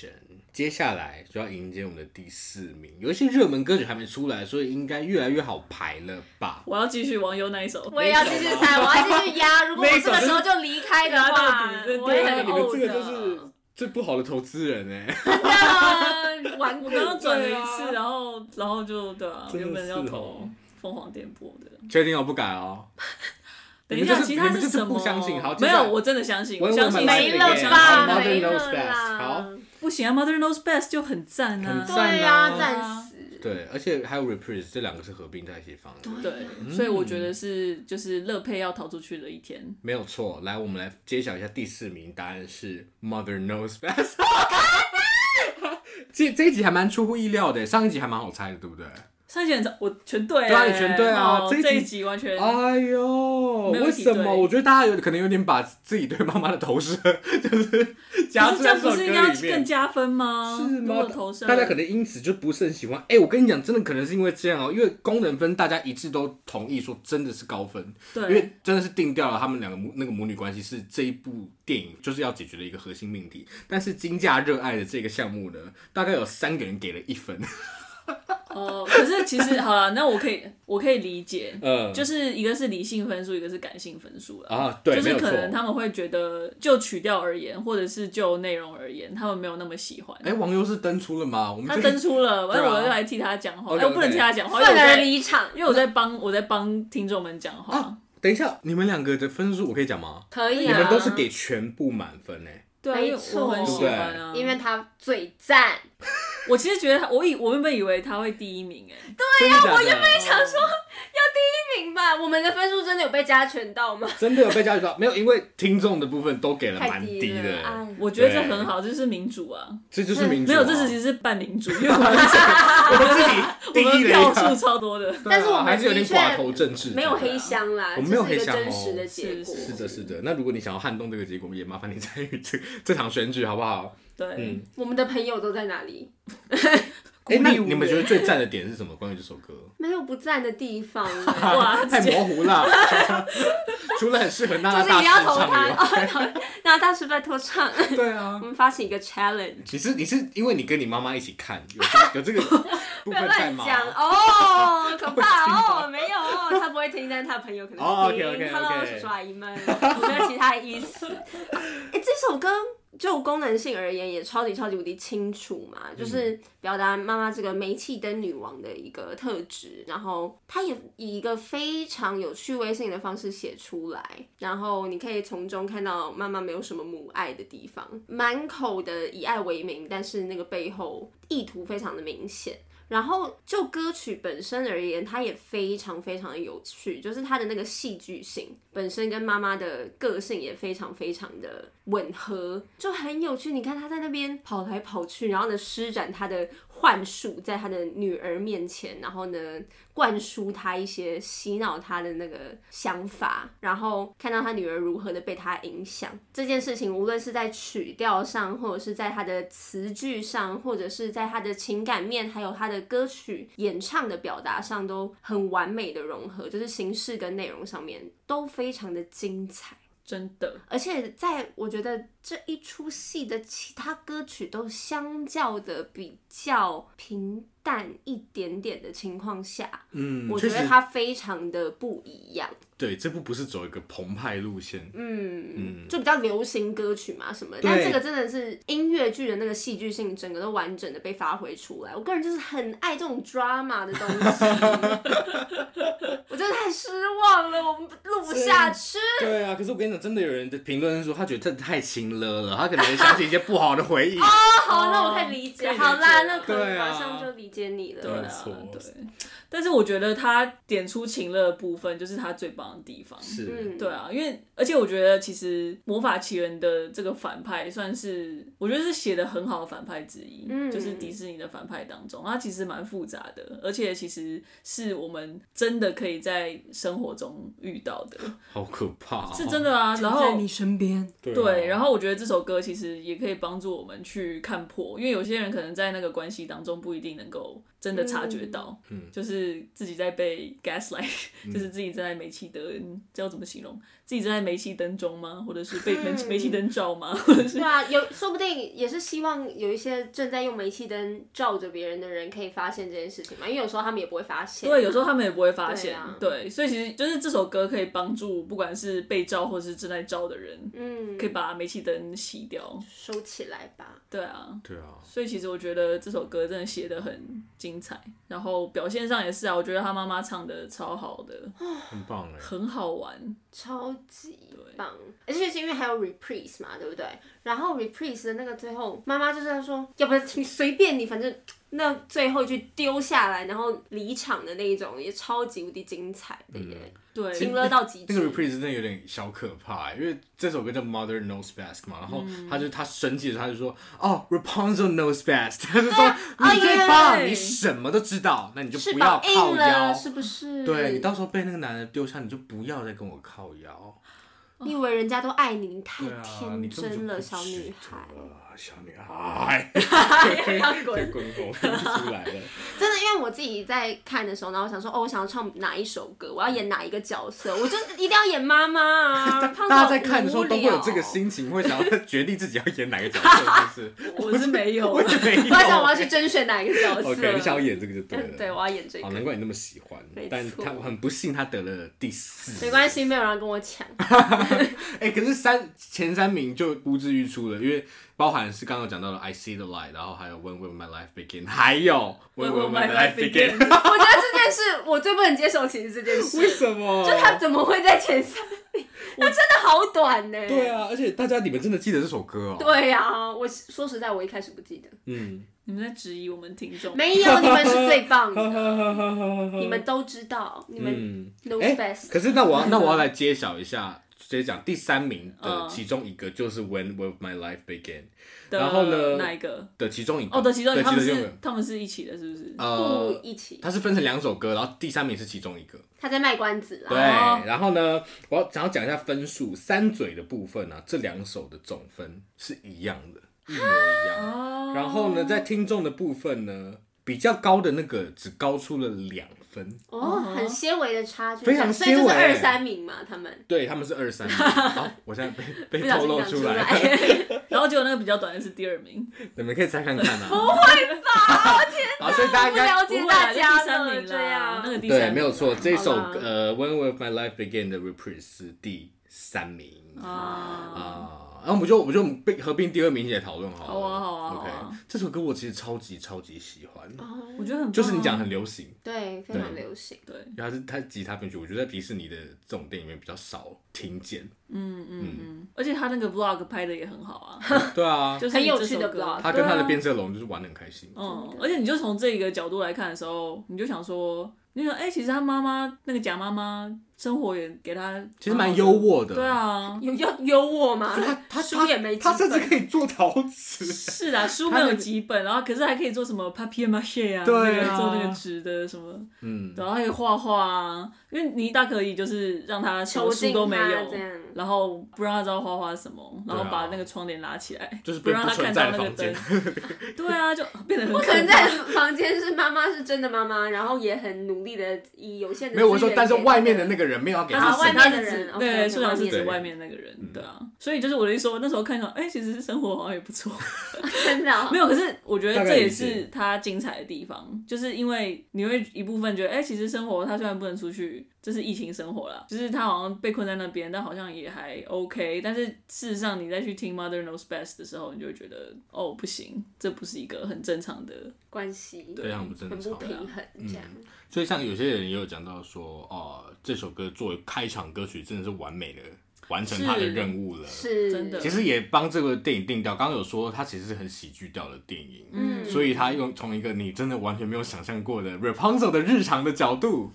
Speaker 1: 接下来就要迎接我们的第四名，有一些热门歌曲还没出来，所以应该越来越好排了吧？
Speaker 3: 我要继续网友那一首。
Speaker 2: 我也要继续猜，我要继续压。如果我这个时候就离开的话
Speaker 3: 那一首就是，
Speaker 2: 我也
Speaker 1: 啊
Speaker 2: 很
Speaker 1: 你们
Speaker 2: 呕
Speaker 1: 这个就是
Speaker 2: 的。
Speaker 1: 最不好的投资人哎、
Speaker 3: <laughs>
Speaker 2: 那顽固
Speaker 3: 我刚刚转了一
Speaker 1: 对啊
Speaker 3: 次，然后然后就对啊，
Speaker 1: 真的
Speaker 3: 原本要
Speaker 1: 是
Speaker 3: 投
Speaker 1: 哦
Speaker 3: 凤凰电波的。
Speaker 1: <laughs> 确定我不改哦。
Speaker 3: <laughs> 等一下，
Speaker 1: 你们就是
Speaker 3: 其他
Speaker 1: 你们就是
Speaker 3: 什么？
Speaker 1: 不相信好接
Speaker 3: 没
Speaker 1: 下来
Speaker 3: 有，我真的相信，
Speaker 1: 我
Speaker 3: 我
Speaker 1: 也
Speaker 3: 相
Speaker 1: 我
Speaker 3: 信
Speaker 1: 也
Speaker 2: <laughs> 没
Speaker 1: 蛮
Speaker 3: 是
Speaker 1: 相
Speaker 2: 了
Speaker 3: 我
Speaker 1: 信
Speaker 3: 相
Speaker 1: 好
Speaker 2: 吧，
Speaker 3: 信
Speaker 2: 没
Speaker 1: Mother
Speaker 2: 了
Speaker 1: knows
Speaker 2: 啦。
Speaker 1: best，好
Speaker 3: 不行啊，Mother Knows Best 就很赞啊，
Speaker 1: 很赞
Speaker 2: 对啊，
Speaker 1: 赞啊
Speaker 2: 暂时。
Speaker 1: 对，而且还有 reprise 这两个是合并在一起放的，
Speaker 3: 对，所以我觉
Speaker 1: 嗯
Speaker 3: 得是就是乐佩要逃出去的一天。
Speaker 1: 没有错。来，我们来揭晓一下第四名，答案是 Mother Knows Best。这这一集还蛮出乎意料的，上一集还蛮好猜的，对不对？
Speaker 3: 蔡健雅我全对欸，
Speaker 1: 对啊你全对啊
Speaker 3: 哦
Speaker 1: 这一集
Speaker 3: 这一集完全
Speaker 1: 哎呦，
Speaker 3: 没有
Speaker 1: 为
Speaker 3: 一起
Speaker 1: 什
Speaker 3: 对
Speaker 1: 么？我觉得大家有可能有点把自己对妈妈的投射， <laughs> 就是加
Speaker 3: 可
Speaker 1: 入
Speaker 3: 是这
Speaker 1: 在首
Speaker 3: 样不
Speaker 1: 歌
Speaker 3: 是
Speaker 1: 里
Speaker 3: 应该要
Speaker 1: 面。
Speaker 3: 更加分吗？
Speaker 1: 是
Speaker 3: 如
Speaker 1: 吗
Speaker 3: 果啊投？射，
Speaker 1: 大家可能因此就不是很喜欢。哎、我跟你讲，真的可能是因为这样哦、因为功能分大家一致都同意说真的是高分，因
Speaker 3: 对
Speaker 1: 为真的是定掉了他们两个母那个母女关系是这一部电影就是要解决的一个核心命题。但是金价热爱的这个项目呢，大概有三个人给了一
Speaker 3: <laughs>
Speaker 1: 分，
Speaker 3: 哦。可是其实好了，那我可以我可以理解，
Speaker 1: 嗯，
Speaker 3: 就是一个是理性分数，一个是感性分数了。
Speaker 1: 啊，对，
Speaker 3: 就
Speaker 1: 没
Speaker 3: 是
Speaker 1: 有错
Speaker 3: 可。能他们会觉得，就曲调而言，或者是就内容而言，他们没有那么喜欢。
Speaker 1: 哎、王优是登出了吗？我们
Speaker 3: 他
Speaker 1: 这个
Speaker 3: 登出了，
Speaker 1: 对啊
Speaker 3: 完了我又来替他讲话，
Speaker 1: OK，
Speaker 3: 哎，我不能
Speaker 1: OK
Speaker 3: 替他讲话，因为
Speaker 2: 愤
Speaker 3: 我
Speaker 2: 而
Speaker 3: 在
Speaker 2: 离场，
Speaker 3: 因为我在帮我在帮听众们讲话
Speaker 1: 啊。等一下，你们两个的分数我可以讲吗？
Speaker 2: 可以
Speaker 1: 你
Speaker 2: 啊，
Speaker 1: 们都是给全部满分哎、
Speaker 3: 对啊，
Speaker 2: 没
Speaker 3: 因为我很喜欢啊，
Speaker 2: 因为他最赞，
Speaker 3: 我其实觉得他，我以我原本以为他会第一名哎，
Speaker 1: 对呀、我原
Speaker 2: 我想说要第一名吧，我们的分数真的有被加权到吗？
Speaker 1: 真的有被教育到，没有，因为听众的部分都给了
Speaker 2: 太
Speaker 1: 蛮
Speaker 2: 低
Speaker 1: 低的，
Speaker 2: 哎
Speaker 3: 我觉得这很好，这就是民主啊，
Speaker 1: 这就是民主、
Speaker 3: 没
Speaker 1: 啊。
Speaker 3: 有，这其实是半民主，因
Speaker 1: <laughs>
Speaker 3: 为我们我
Speaker 1: 我们自己
Speaker 3: 们
Speaker 1: 低了
Speaker 3: 票
Speaker 1: 一
Speaker 3: 数
Speaker 1: 个，
Speaker 3: 超多的，
Speaker 1: 对啊
Speaker 2: 但是我们
Speaker 1: 还是有点
Speaker 2: 的确
Speaker 1: 寡头政治，
Speaker 2: 没有黑
Speaker 1: 对啊。
Speaker 2: 箱啦，
Speaker 1: 我们没有
Speaker 2: 这是一
Speaker 1: 黑
Speaker 2: 个
Speaker 1: 箱哦
Speaker 2: 真实的结果。
Speaker 1: 是的，是的。那如果你想要撼动这个结果，也麻烦你参与这这场选举，好不好？
Speaker 3: 对，
Speaker 1: 嗯，
Speaker 2: 我们的朋友都在哪里？
Speaker 1: 哎，那
Speaker 3: 孤立无援
Speaker 1: 你们觉得最赞的点是什么？关于这首
Speaker 2: <laughs>
Speaker 1: 歌？
Speaker 2: 没有不赞的地方，啊
Speaker 1: <laughs>
Speaker 2: 就
Speaker 3: 哇，
Speaker 1: 太
Speaker 3: 直接
Speaker 1: 模糊了， <laughs> 除了很适合娜娜
Speaker 2: 是
Speaker 1: 大
Speaker 2: 你要
Speaker 1: 师
Speaker 2: 投
Speaker 1: 唱
Speaker 2: 他
Speaker 1: 以外，
Speaker 2: <laughs> 哦，那大师拜托唱，
Speaker 1: 对啊
Speaker 2: 我。们发起一个 challenge，
Speaker 1: 你是你是因为你跟你妈妈一起看，有这个有这个部
Speaker 2: <laughs> 不
Speaker 1: 分
Speaker 2: 要
Speaker 1: 在
Speaker 2: 乱
Speaker 1: 吗？
Speaker 2: 讲哦，可 <laughs> 怕哦，没有哦，他不会听，但是他朋友可能
Speaker 1: 哦
Speaker 2: 会听。
Speaker 1: ，OK，OK，OK
Speaker 2: Hello，叔叔阿姨们，我没有其他的意思。 <laughs> 哎、这首歌就功能性而言，也超级超级无敌清楚嘛，就是表达妈妈这个煤气灯女王的一个特质，然后她也以一个非常有趣味性的方式写出来，然后你可以从中看到妈妈没有什么母爱的地方，满口的以爱为名，但是那个背后意图非常的明显。然后就歌曲本身而言，它也非常非常的有趣，就是它的那个戏剧性本身跟妈妈的个性也非常非常的吻合，就很有趣。你看她在那边跑来跑去，然后呢施展她的幻术，在她的女儿面前，然后呢灌输她一些洗脑她的那个想法，然后看到她女儿如何的被她影响这件事情，无论是在曲调上，或者是在她的词句上，或者是在她的情感面，还有她的歌曲演唱的表达上，都很完美的融合，就是形式跟内容上面都非常的精彩。
Speaker 3: 真的，
Speaker 2: 而且在我觉得这一出戏的其他歌曲都相较的比较平淡一点点的情况下，
Speaker 1: 嗯，
Speaker 2: 我觉
Speaker 1: 确实
Speaker 2: 得它非常的不一样。
Speaker 1: 对这部不是走一个澎湃路线，
Speaker 2: 嗯，就比较流行歌曲嘛什么的，
Speaker 1: 对
Speaker 2: 但这个真的是音乐剧的那个戏剧性，整个都完整的被发挥出来。我个人就是很爱这种 drama 的东西，我真的太失望了，我们录不下去。
Speaker 1: <laughs> 对啊，可是我跟你讲，真的有人的评论是说，他觉得这太轻了了，他可能想起一些不好的回
Speaker 3: <laughs> 哦
Speaker 1: 忆。
Speaker 2: 哦好，那我可以理解。
Speaker 3: 可以理解
Speaker 2: 好啦，那可以
Speaker 1: 对啊
Speaker 2: 马上就理解你
Speaker 3: 对
Speaker 1: 没
Speaker 2: 了。
Speaker 3: 啊
Speaker 1: 错，
Speaker 3: 对。但是我觉得他点出情乐的部分，就是他最棒的地方。
Speaker 1: 是，
Speaker 2: 嗯，
Speaker 3: 对啊，因为而且我觉得其实《魔法奇缘》的这个反派算是我觉得是写的很好的反派之一，
Speaker 2: 嗯
Speaker 3: 就是迪士尼的反派当中，它其实蛮复杂的，而且其实是我们真的可以在生活中遇到的，
Speaker 1: 好可怕、
Speaker 3: 是真。的啊。然后
Speaker 2: 身边，
Speaker 1: 对啊
Speaker 3: 对，然后我觉得这首歌其实也可以帮助我们去看破，因为有些人可能在那个关系当中不一定能够真的察觉到，
Speaker 1: 嗯
Speaker 3: 就是自己在被 gaslight，、就是 <laughs> 自己正在煤气灯，嗯这要怎么形容？自己正在煤气灯中吗？或者是被煤、
Speaker 2: 嗯
Speaker 3: 煤气灯照吗？或者是
Speaker 2: 对啊，有说不定也是希望有一些正在用煤气灯照着别人的人可以发现这件事情嘛，因为有时候他们也不会发现。
Speaker 3: 对，有时候他们也不会发现，
Speaker 2: 对啊
Speaker 3: 对，所以其实就是这首歌可以帮助不管是被照或是正在照的人，
Speaker 2: 嗯，
Speaker 3: 可以把煤气灯熄掉。
Speaker 2: 收起来吧。
Speaker 3: 对啊，
Speaker 1: 对啊，
Speaker 3: 所以其实我觉得这首歌真的写的很精彩，然后表现上也是啊，我觉得他妈妈唱的超好的，
Speaker 1: 很棒哎。
Speaker 3: 很好玩。
Speaker 2: 超级棒，而且是因为还有 reprise 嘛，对不对？然后 reprise 的那个最后，妈妈就是在说，要不要听随便你，反正那最后一句丢下来，然后离场的那一种也超级无敌精彩的耶，
Speaker 3: 对，
Speaker 2: 情勒到极致。
Speaker 1: 嗯那个 reprise 真的有点小可怕、因为这首歌叫 Mother Knows Best 嘛，然后
Speaker 3: 嗯
Speaker 1: 他就他生气了，他就说哦 Rapunzel knows best，他 <laughs> 就说你最棒，
Speaker 3: 哦耶
Speaker 1: 你什么都知道，那你就
Speaker 2: 翅
Speaker 1: 不要
Speaker 2: 膀
Speaker 1: 靠
Speaker 2: 硬了，
Speaker 1: 腰，
Speaker 2: 是不是？
Speaker 1: 对你到时候被那个男的丢下，你就不要再跟我靠腰，
Speaker 2: 你以为人家都爱你，你太
Speaker 1: 对啊，你根本
Speaker 2: 天
Speaker 1: 就
Speaker 2: 真了，
Speaker 1: 不
Speaker 2: 小
Speaker 1: 值
Speaker 2: 女
Speaker 1: 得
Speaker 2: 孩。
Speaker 1: 小女孩，
Speaker 2: <laughs> 要
Speaker 1: 这 <laughs>
Speaker 2: 滚！
Speaker 1: 滚红出来
Speaker 2: <laughs>
Speaker 1: 了，
Speaker 2: 真的，因为我自己在看的时候，然后我想说，哦，我想要唱哪一首歌，我要演哪一个角色，我就是一定要演妈妈啊。
Speaker 1: <laughs>
Speaker 2: 胖子
Speaker 1: 大家在
Speaker 2: 好
Speaker 1: 看的时候
Speaker 2: 无
Speaker 1: 都会有
Speaker 2: 聊
Speaker 1: 这个，心情，会想要 <laughs> 决定自己要演哪个角色，是
Speaker 2: <laughs>
Speaker 1: 不是？
Speaker 3: 我是没
Speaker 1: <laughs>
Speaker 3: 有
Speaker 1: 我。也没有哦
Speaker 2: 我在想我要去甄选哪一个角色。
Speaker 1: OK，你想要演这个就对了。
Speaker 2: 对，我要演这
Speaker 1: 好，
Speaker 2: 个。
Speaker 1: 难怪你那么喜欢
Speaker 2: 没，
Speaker 1: 但
Speaker 2: 错
Speaker 1: 他很不幸，他得了第四。
Speaker 2: 没关系，没有人跟我抢。
Speaker 1: 系，哎、可是三前三名就呼之欲出了，因为包含是刚刚有讲到的《I See the Light》，然后还有《When Will My Life Begin》，还有《When Will My Life Begin》。
Speaker 2: 我觉得这件事我最不能接受，其实是这件
Speaker 1: <laughs> 为
Speaker 2: 事，
Speaker 1: 什么？
Speaker 2: 就他怎么会在前三名？那真的好短呢。
Speaker 1: 对啊，而且大家你们真的记得这首歌哦？，
Speaker 2: 对啊，我说实在，我一开始不记得。
Speaker 3: <laughs>
Speaker 1: 嗯，
Speaker 3: 你们在质疑我们听众？
Speaker 2: 没有，你们是最棒
Speaker 1: 哈 <laughs>
Speaker 2: 的，
Speaker 1: 哈哈哈哈哈
Speaker 2: 你们都知道，你们
Speaker 1: 嗯，
Speaker 2: knows
Speaker 1: 哎、
Speaker 2: best。
Speaker 1: 可是那我要那我要来揭晓一下，直接讲第三名的
Speaker 3: 嗯
Speaker 1: 其中一个就是《When Will My Life Begin》
Speaker 3: 的
Speaker 1: 然后呢
Speaker 3: 哪一个？
Speaker 1: 的其中一个
Speaker 3: 哦，的其中一个他们
Speaker 1: 其中一
Speaker 3: 是
Speaker 1: 个
Speaker 3: 他们是一起的，是不是？
Speaker 1: 呃
Speaker 2: 不，一起，
Speaker 1: 它是分成两首歌，然后第三名是其中一个。
Speaker 2: 他在卖关子
Speaker 1: 对，
Speaker 2: 啦。
Speaker 3: 哦
Speaker 1: 然后呢，我要想要讲一下分数，三嘴的部分呢、啊，这两首的总分是一样的，一模一样。
Speaker 3: 哦
Speaker 1: 然后呢，在听众的部分呢，比较高的那个只高出了两分，
Speaker 2: 哦，
Speaker 3: 嗯
Speaker 2: 很纤维的差距，
Speaker 1: 非常
Speaker 2: 所以就是
Speaker 1: 纤维
Speaker 2: 二三名嘛，他们
Speaker 1: 对他们是二三名。好，我现在被
Speaker 2: 不
Speaker 1: 被
Speaker 2: 小
Speaker 1: 透
Speaker 2: 心
Speaker 1: 露
Speaker 2: 讲
Speaker 1: 出
Speaker 2: 来
Speaker 1: 来，了，。
Speaker 3: 然后结果那个比较短的是第二名，
Speaker 1: <laughs> 你们可以猜看看啊。不会吧！天好，所以大家应
Speaker 2: 不
Speaker 1: 该
Speaker 2: 了
Speaker 3: 不
Speaker 2: 解
Speaker 3: 会
Speaker 2: 大
Speaker 3: 啦
Speaker 2: 家
Speaker 3: 第三名
Speaker 2: 了，这
Speaker 3: 啦，那
Speaker 2: 样
Speaker 3: 个第三
Speaker 1: 对，
Speaker 3: 名
Speaker 1: 没有错，这首
Speaker 2: 好啦
Speaker 1: 歌呃《When Will My Life Begin》的 reprise 是第三名
Speaker 3: 啊。
Speaker 1: 啊，然后我们就我们就并合并第二名一起来讨论好了。
Speaker 3: 好啊好啊好
Speaker 1: OK，
Speaker 3: 啊
Speaker 1: 这首歌我其实超级超级喜欢，
Speaker 2: <laughs> 哦，
Speaker 3: 我觉得很棒啊
Speaker 1: 就是你讲很流行，
Speaker 2: 对，非常流行。
Speaker 3: 对，
Speaker 1: 然后它是它吉他编曲，我觉得在迪士尼的这种电影里面比较少听见。
Speaker 3: 嗯嗯嗯，而且他那个 vlog 拍的也很好啊，
Speaker 2: <laughs>
Speaker 1: 对啊，
Speaker 3: 就是
Speaker 2: 很
Speaker 3: 你
Speaker 2: 有
Speaker 3: 这
Speaker 2: 趣
Speaker 3: 首
Speaker 2: 的
Speaker 3: 歌
Speaker 2: vlog 啊
Speaker 1: 他跟他的
Speaker 3: 啊
Speaker 1: 变色龙就是玩的很开心。
Speaker 3: 嗯
Speaker 2: 真，的
Speaker 3: 而且你就从这个角度来看的时候，你就想说，你就想，哎、其实他妈妈那个假妈妈生活也给他
Speaker 1: 其实蛮优渥的
Speaker 3: 对啊，
Speaker 2: 有要有我吗？
Speaker 1: 他他
Speaker 2: 啊书也没几
Speaker 1: 他他甚至
Speaker 2: 本，
Speaker 1: 可以做陶瓷。
Speaker 3: 是啊，书没有几本，然后可是还可以做什么 papier mâché 啊，
Speaker 1: 对啊
Speaker 3: 那个做那个纸的什么，
Speaker 1: <laughs> 嗯，
Speaker 3: 然后还可以画画啊，因为你大可以就是让他什么
Speaker 2: 囚
Speaker 3: 书
Speaker 2: 禁
Speaker 3: 都没
Speaker 2: 他
Speaker 3: 有
Speaker 2: 这。样。
Speaker 3: 然后不让他知道画画什么，然后
Speaker 1: 对啊
Speaker 3: 把那个窗帘拉起来，
Speaker 1: 就是被
Speaker 3: 不让
Speaker 1: 不
Speaker 3: 他
Speaker 1: 存
Speaker 3: 看
Speaker 1: 在
Speaker 3: 到
Speaker 1: 的
Speaker 3: 那个
Speaker 1: 房
Speaker 3: 灯 <laughs>
Speaker 1: 间。。
Speaker 3: 对啊，就变得很
Speaker 2: 我可
Speaker 3: 可
Speaker 2: 能
Speaker 3: 怕
Speaker 2: 在房间是妈妈是真的妈妈，然后也很努力的以有限的
Speaker 1: 没有，我说，但是外面的
Speaker 2: 那。
Speaker 1: 那个人没有要给
Speaker 2: 啊
Speaker 1: 他
Speaker 2: 外
Speaker 1: 省
Speaker 2: 面
Speaker 3: 他
Speaker 2: 的
Speaker 3: 是指
Speaker 2: 人嗯
Speaker 3: 对，
Speaker 2: ，OK，
Speaker 3: 素养是指
Speaker 1: 对
Speaker 3: 外面那个人，对啊，所以就是我的意思说，那时候看到，哎，其实生活好像也不错，
Speaker 2: <laughs> 真
Speaker 1: <laughs>
Speaker 2: 的哦、
Speaker 3: <laughs> 没有，可是我觉
Speaker 1: 大
Speaker 3: 得
Speaker 1: 概
Speaker 3: 这也
Speaker 1: 理解
Speaker 3: 是他精彩的地方，就是因为你会一部分觉得，哎，其实生活他虽然不能出去，这是疫情生活啦，就是他好像被困在那边，但好像也还 OK，但是事实上你再去听 Mother Knows Best 的时候，你就会觉得，哦，不行，这不是一个很正常的，
Speaker 2: 关系，
Speaker 1: 非常不正
Speaker 2: 很
Speaker 1: 常。
Speaker 2: 不平衡这样。
Speaker 1: 所以像有些人也有讲到说，哦，这首歌作为开场歌曲，真的是完美的完成他的
Speaker 3: 是
Speaker 1: 任务了。
Speaker 2: 是
Speaker 3: 真的
Speaker 1: 其实也帮这个电影定调。刚刚有说它其实是很喜剧调的电影，
Speaker 2: 嗯
Speaker 1: 所以它用从一个你真的完全没有想象过的 Rapunzel 的日常的角度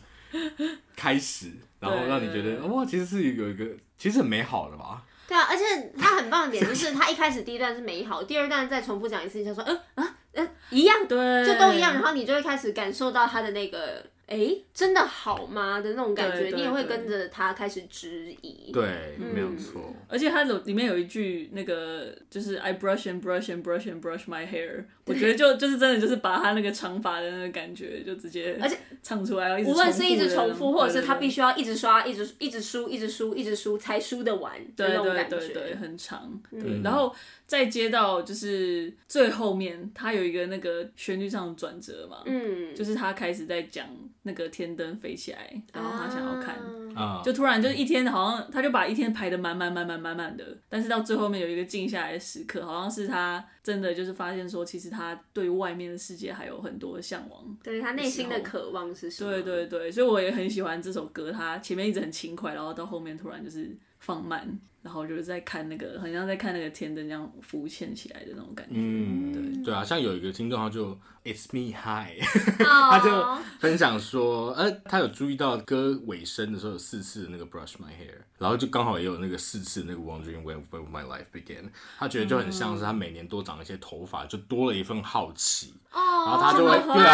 Speaker 1: 开始，然后让你觉
Speaker 3: 对
Speaker 1: 得哇，其实是有一个其实很美好的吧？
Speaker 2: 对啊，而且他很棒的点就是，他一开始第一段是美好，第二段再重复讲一次，你想说，嗯啊，嗯、一样，
Speaker 3: 对，
Speaker 2: 就都一样，然后你就会开始感受到他的那个，哎，真的好吗的那种感
Speaker 3: 对
Speaker 2: 觉，
Speaker 3: 对
Speaker 2: 你也会
Speaker 3: 对
Speaker 2: 跟着他开始质疑。
Speaker 1: 对，
Speaker 2: 嗯
Speaker 1: 没有错。
Speaker 3: 而且它有里面有一句那个就是 I brush and brush and brush and brush my hair，我觉得就就是真的就是把他那个长发的那个感觉就直接
Speaker 2: 而且
Speaker 3: 唱出来，然后一直
Speaker 2: 无论是一直
Speaker 3: 的
Speaker 2: 重复，或者是他
Speaker 3: 对对
Speaker 2: 必须要一直刷，一直一直输，一直输，一直输才输得完的那
Speaker 3: 对
Speaker 2: 种
Speaker 3: 对
Speaker 2: 感
Speaker 3: 对对，
Speaker 2: 觉。
Speaker 3: 很长。
Speaker 1: 嗯
Speaker 3: 对，然后再接到就是最后面，他有一个那个旋律上的转折嘛，
Speaker 2: 嗯，
Speaker 3: 就是他开始在讲那个天灯飞起来，然后他想要看，
Speaker 2: 啊
Speaker 1: 啊
Speaker 3: 就突然就一天好像他就把一天排的满满满满满满的，但是到最后面有一个静下来的时刻，好像是他真的就是发现说，其实他对外面的世界还有很多的向往。
Speaker 2: 对他内心的渴望是什么？
Speaker 3: 对
Speaker 1: 嗯
Speaker 3: 对对，所以我也很喜欢这首歌，它前面一直很轻快，然后到后面突然就是放慢，然后就是在看那个，很像在看那个天灯这样浮现起来的那种感觉。 <laughs>
Speaker 1: 嗯，
Speaker 3: 对
Speaker 1: 对啊，像有一个听众他就 It's me hi，
Speaker 3: <laughs>
Speaker 1: <laughs>
Speaker 2: 对，
Speaker 1: 他
Speaker 2: 他
Speaker 1: 就分享说，呃，他有注意到歌尾声的时候有四次的那个 brush my hair，然后就刚好也有那个四次那个 wondering when when my life began，他觉得就很像是他每年多长一些头发，就多了一份好奇，
Speaker 2: 哦，
Speaker 1: 然后他就会
Speaker 3: 好棒哦
Speaker 1: 越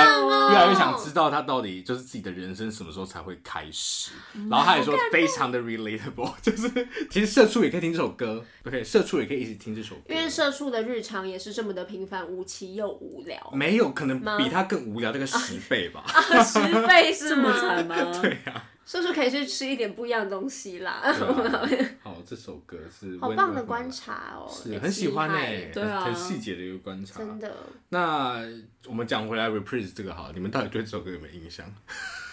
Speaker 1: 来越来越想知道他到底就是自己的人生什么时候才会开始。然后他也说非常的 relatable，就是 <laughs> 其实社畜也可以听这首歌，OK，社畜也可以一直听这首歌，
Speaker 2: 因为社畜的日常也是这么的平凡无奇又无聊，
Speaker 3: 嗯
Speaker 1: 没有可能比他更无聊大概十倍吧。
Speaker 2: 十倍是
Speaker 3: 这么
Speaker 2: 吗
Speaker 3: 惨吗？
Speaker 1: 对呀、
Speaker 2: 社畜可以去吃一点不一样的东西啦。
Speaker 1: 对
Speaker 2: <laughs>
Speaker 1: 啊，好，这首歌是
Speaker 2: 好
Speaker 1: 温
Speaker 2: 棒的
Speaker 1: 温
Speaker 2: 观察哦，
Speaker 1: 是很喜欢哎、
Speaker 2: 哎，
Speaker 3: 对啊
Speaker 1: 很很细节的一个观察。
Speaker 2: 真的。
Speaker 1: 那我们讲回来 reprise 这个好了，你们到底对这首歌有没有印象？ <laughs>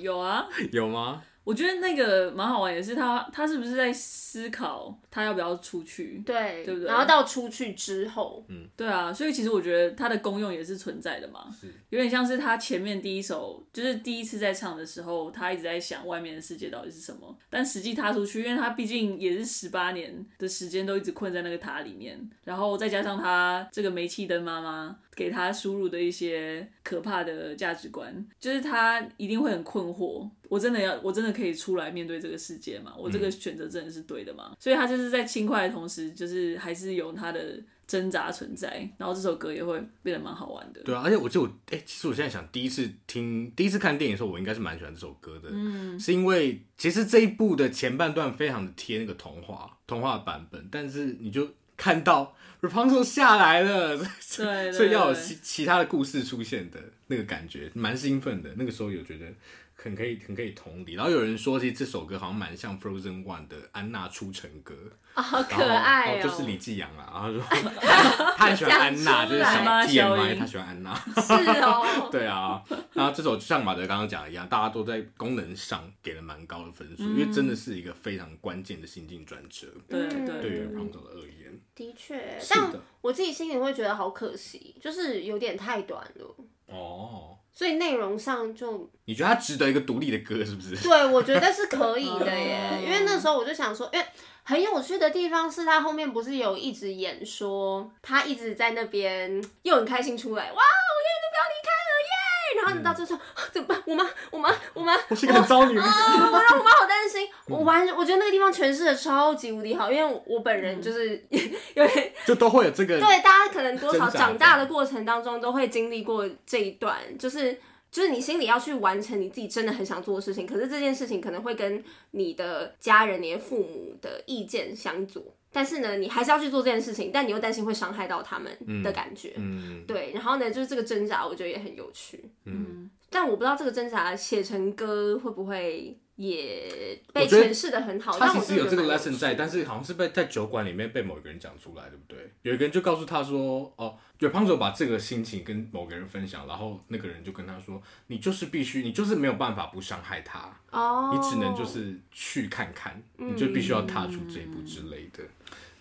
Speaker 3: 有啊，
Speaker 1: 有吗？
Speaker 3: 我觉得那个蛮好玩，也是他他是不是在思考他要不要出去？
Speaker 2: 对，
Speaker 3: 对不对
Speaker 2: 然后到出去之后，
Speaker 1: 嗯
Speaker 3: 对啊，所以其实我觉得它的功用也是存在的嘛，
Speaker 1: 是
Speaker 3: 有点像是他前面第一首，就是第一次在唱的时候，他一直在想外面的世界到底是什么，但实际踏出去，因为他毕竟也是十八年的时间都一直困在那个塔里面，然后再加上他这个煤气灯妈妈给他输入的一些可怕的价值观，就是他一定会很困惑，我真的要，我真的可以出来面对这个世界嘛？我这个选择真的是对的嘛？所以他就是在轻快的同时，就是还是有他的。挣扎存在，然后这首歌也会变得蛮好玩的。
Speaker 1: 对啊，而且我就哎、其实我现在想，第一次听、第一次看电影的时候，我应该是蛮喜欢这首歌的，嗯，是因为其实这一部的前半段非常的贴那个童话童话版本，但是你就看到 Rapunzel 下来了，所以
Speaker 3: 对对
Speaker 1: 所以要有
Speaker 3: 对
Speaker 1: 其其他的故事出现的那个感觉，蛮兴奋的。那个时候有觉得很可以、很可以同理。然后有人说，其实这首歌好像蛮像 Frozen One 的安娜出城歌，
Speaker 2: 啊，好可
Speaker 1: 然后
Speaker 2: 爱
Speaker 1: 哦
Speaker 2: 哦， <laughs>
Speaker 1: 就是李继阳啦。然后说他很喜欢安娜，就是小
Speaker 2: 讲出
Speaker 3: 来妈小
Speaker 1: TMI，
Speaker 3: 姨
Speaker 1: 他喜欢安娜。
Speaker 2: 是
Speaker 1: <laughs>
Speaker 2: 哦，
Speaker 1: 对啊，然后这首就像马德刚刚讲的一样，大家都在功能上给了蛮高的分数，因为真的是一个非常关键的心境转折，
Speaker 3: 对
Speaker 2: 嗯
Speaker 3: 对
Speaker 1: 对于
Speaker 3: 对，，
Speaker 1: 胖总的恶言。
Speaker 2: 的确，
Speaker 1: 是
Speaker 2: 但
Speaker 1: 的，
Speaker 2: 我自己心里会觉得好可惜，就是有点太短了，
Speaker 1: 哦，
Speaker 2: 所以内容上就
Speaker 1: 你觉得他值得一个独立的歌是不是？
Speaker 2: 对，我觉得是可以
Speaker 1: 哦
Speaker 2: 的耶因为那时候我就想说，因为很有趣的地方是他后面不是有一直演说，他一直在那边又很开心出来，哇，我永远都不要离开了耶！然后
Speaker 1: 嗯
Speaker 2: 你到最后说、 <gasps> 啊怎么办？我妈，我妈，我妈，
Speaker 1: 我是一个很糟
Speaker 2: <laughs>
Speaker 1: 女人。
Speaker 2: 我妈，我妈好担 <laughs> 心。我完，我觉得那个地方诠释的超级无敌好，因为我本人就是 <laughs> 有点
Speaker 1: 就都会有这个，
Speaker 2: 嗯对，大家可能多
Speaker 1: 挣
Speaker 2: 少
Speaker 1: 扎
Speaker 2: 长大的过程当中都会经历过这一段，就是就是你心里要去完成你自己真的很想做的事情，可是这件事情可能会跟你的家人、你的父母的意见相左，但是呢，你还是要去做这件事情，但你又担心会伤害到他们的感觉。
Speaker 1: 嗯，
Speaker 2: 对，然后呢，就是这个挣扎，我觉得也很有趣。
Speaker 3: 嗯，
Speaker 2: 但我不知道这个挣扎写成歌会不会也被
Speaker 1: 我觉得
Speaker 2: 诠释的很好。
Speaker 1: 他
Speaker 2: 但
Speaker 1: 其
Speaker 2: 我
Speaker 1: 实有这
Speaker 2: 就觉得
Speaker 1: 个
Speaker 2: 蛮有
Speaker 1: lesson 在，
Speaker 2: 趣的
Speaker 1: 但是好像是被在酒馆里面被某个人讲出来，对不对？有一个人就告诉他说：“哦，有胖手把这个心情跟某个人分享，然后那个人就跟他说，你就是必须，你就是没有办法不伤害他，
Speaker 2: 哦，嗯
Speaker 1: 你只能就是去看看，你就必须要踏出这一步之类的。”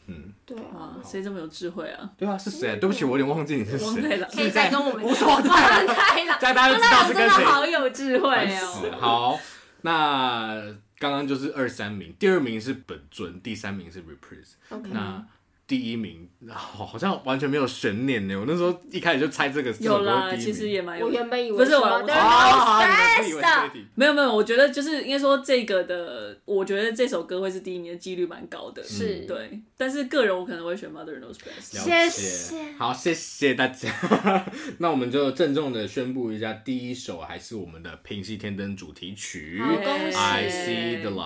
Speaker 1: 嗯，
Speaker 2: 对啊，
Speaker 3: 哇，谁这么有智慧啊？
Speaker 1: 对啊，是谁啊？对不起，我有点忘记你是
Speaker 3: 王太
Speaker 1: 谁。
Speaker 3: 郎
Speaker 2: 可以 <laughs> 再跟我们
Speaker 1: 不是王太郎
Speaker 2: 王
Speaker 1: <laughs>
Speaker 2: 太郎
Speaker 1: 这样大家就知道是跟
Speaker 2: 真
Speaker 1: 谁
Speaker 2: 的好有智慧
Speaker 1: 烦
Speaker 2: 哦。
Speaker 1: 死了好，那刚刚就是二三名，第二名是本尊，第三名是 reprise。
Speaker 2: OK
Speaker 1: 那第一名好好像完全没有悬念呢。我那时候一开始就猜这个这首
Speaker 3: 有
Speaker 1: 歌
Speaker 3: 啦，
Speaker 1: 是第一
Speaker 3: 其实也
Speaker 1: 名。
Speaker 3: 蛮有
Speaker 2: 我原本以为
Speaker 3: 不是我
Speaker 2: 说
Speaker 3: 我
Speaker 2: There
Speaker 1: 啊
Speaker 2: are no
Speaker 1: 好你们不以
Speaker 2: stress
Speaker 1: 为
Speaker 2: 的
Speaker 1: 是第一名
Speaker 3: 没有没有，我觉得就是应该说这个的，我觉得这首歌会是第一名的几率蛮高的，
Speaker 2: 是
Speaker 1: 嗯
Speaker 3: 对。但是个人我可能会选 Mother Knows Best。
Speaker 1: 了解
Speaker 2: 谢谢
Speaker 1: 好，谢谢大家。 <laughs> 那我们就郑重的宣布一下，第一首还是我们的《平息天灯》主题曲
Speaker 2: 好
Speaker 1: 《
Speaker 2: 恭喜
Speaker 1: I See the Light》，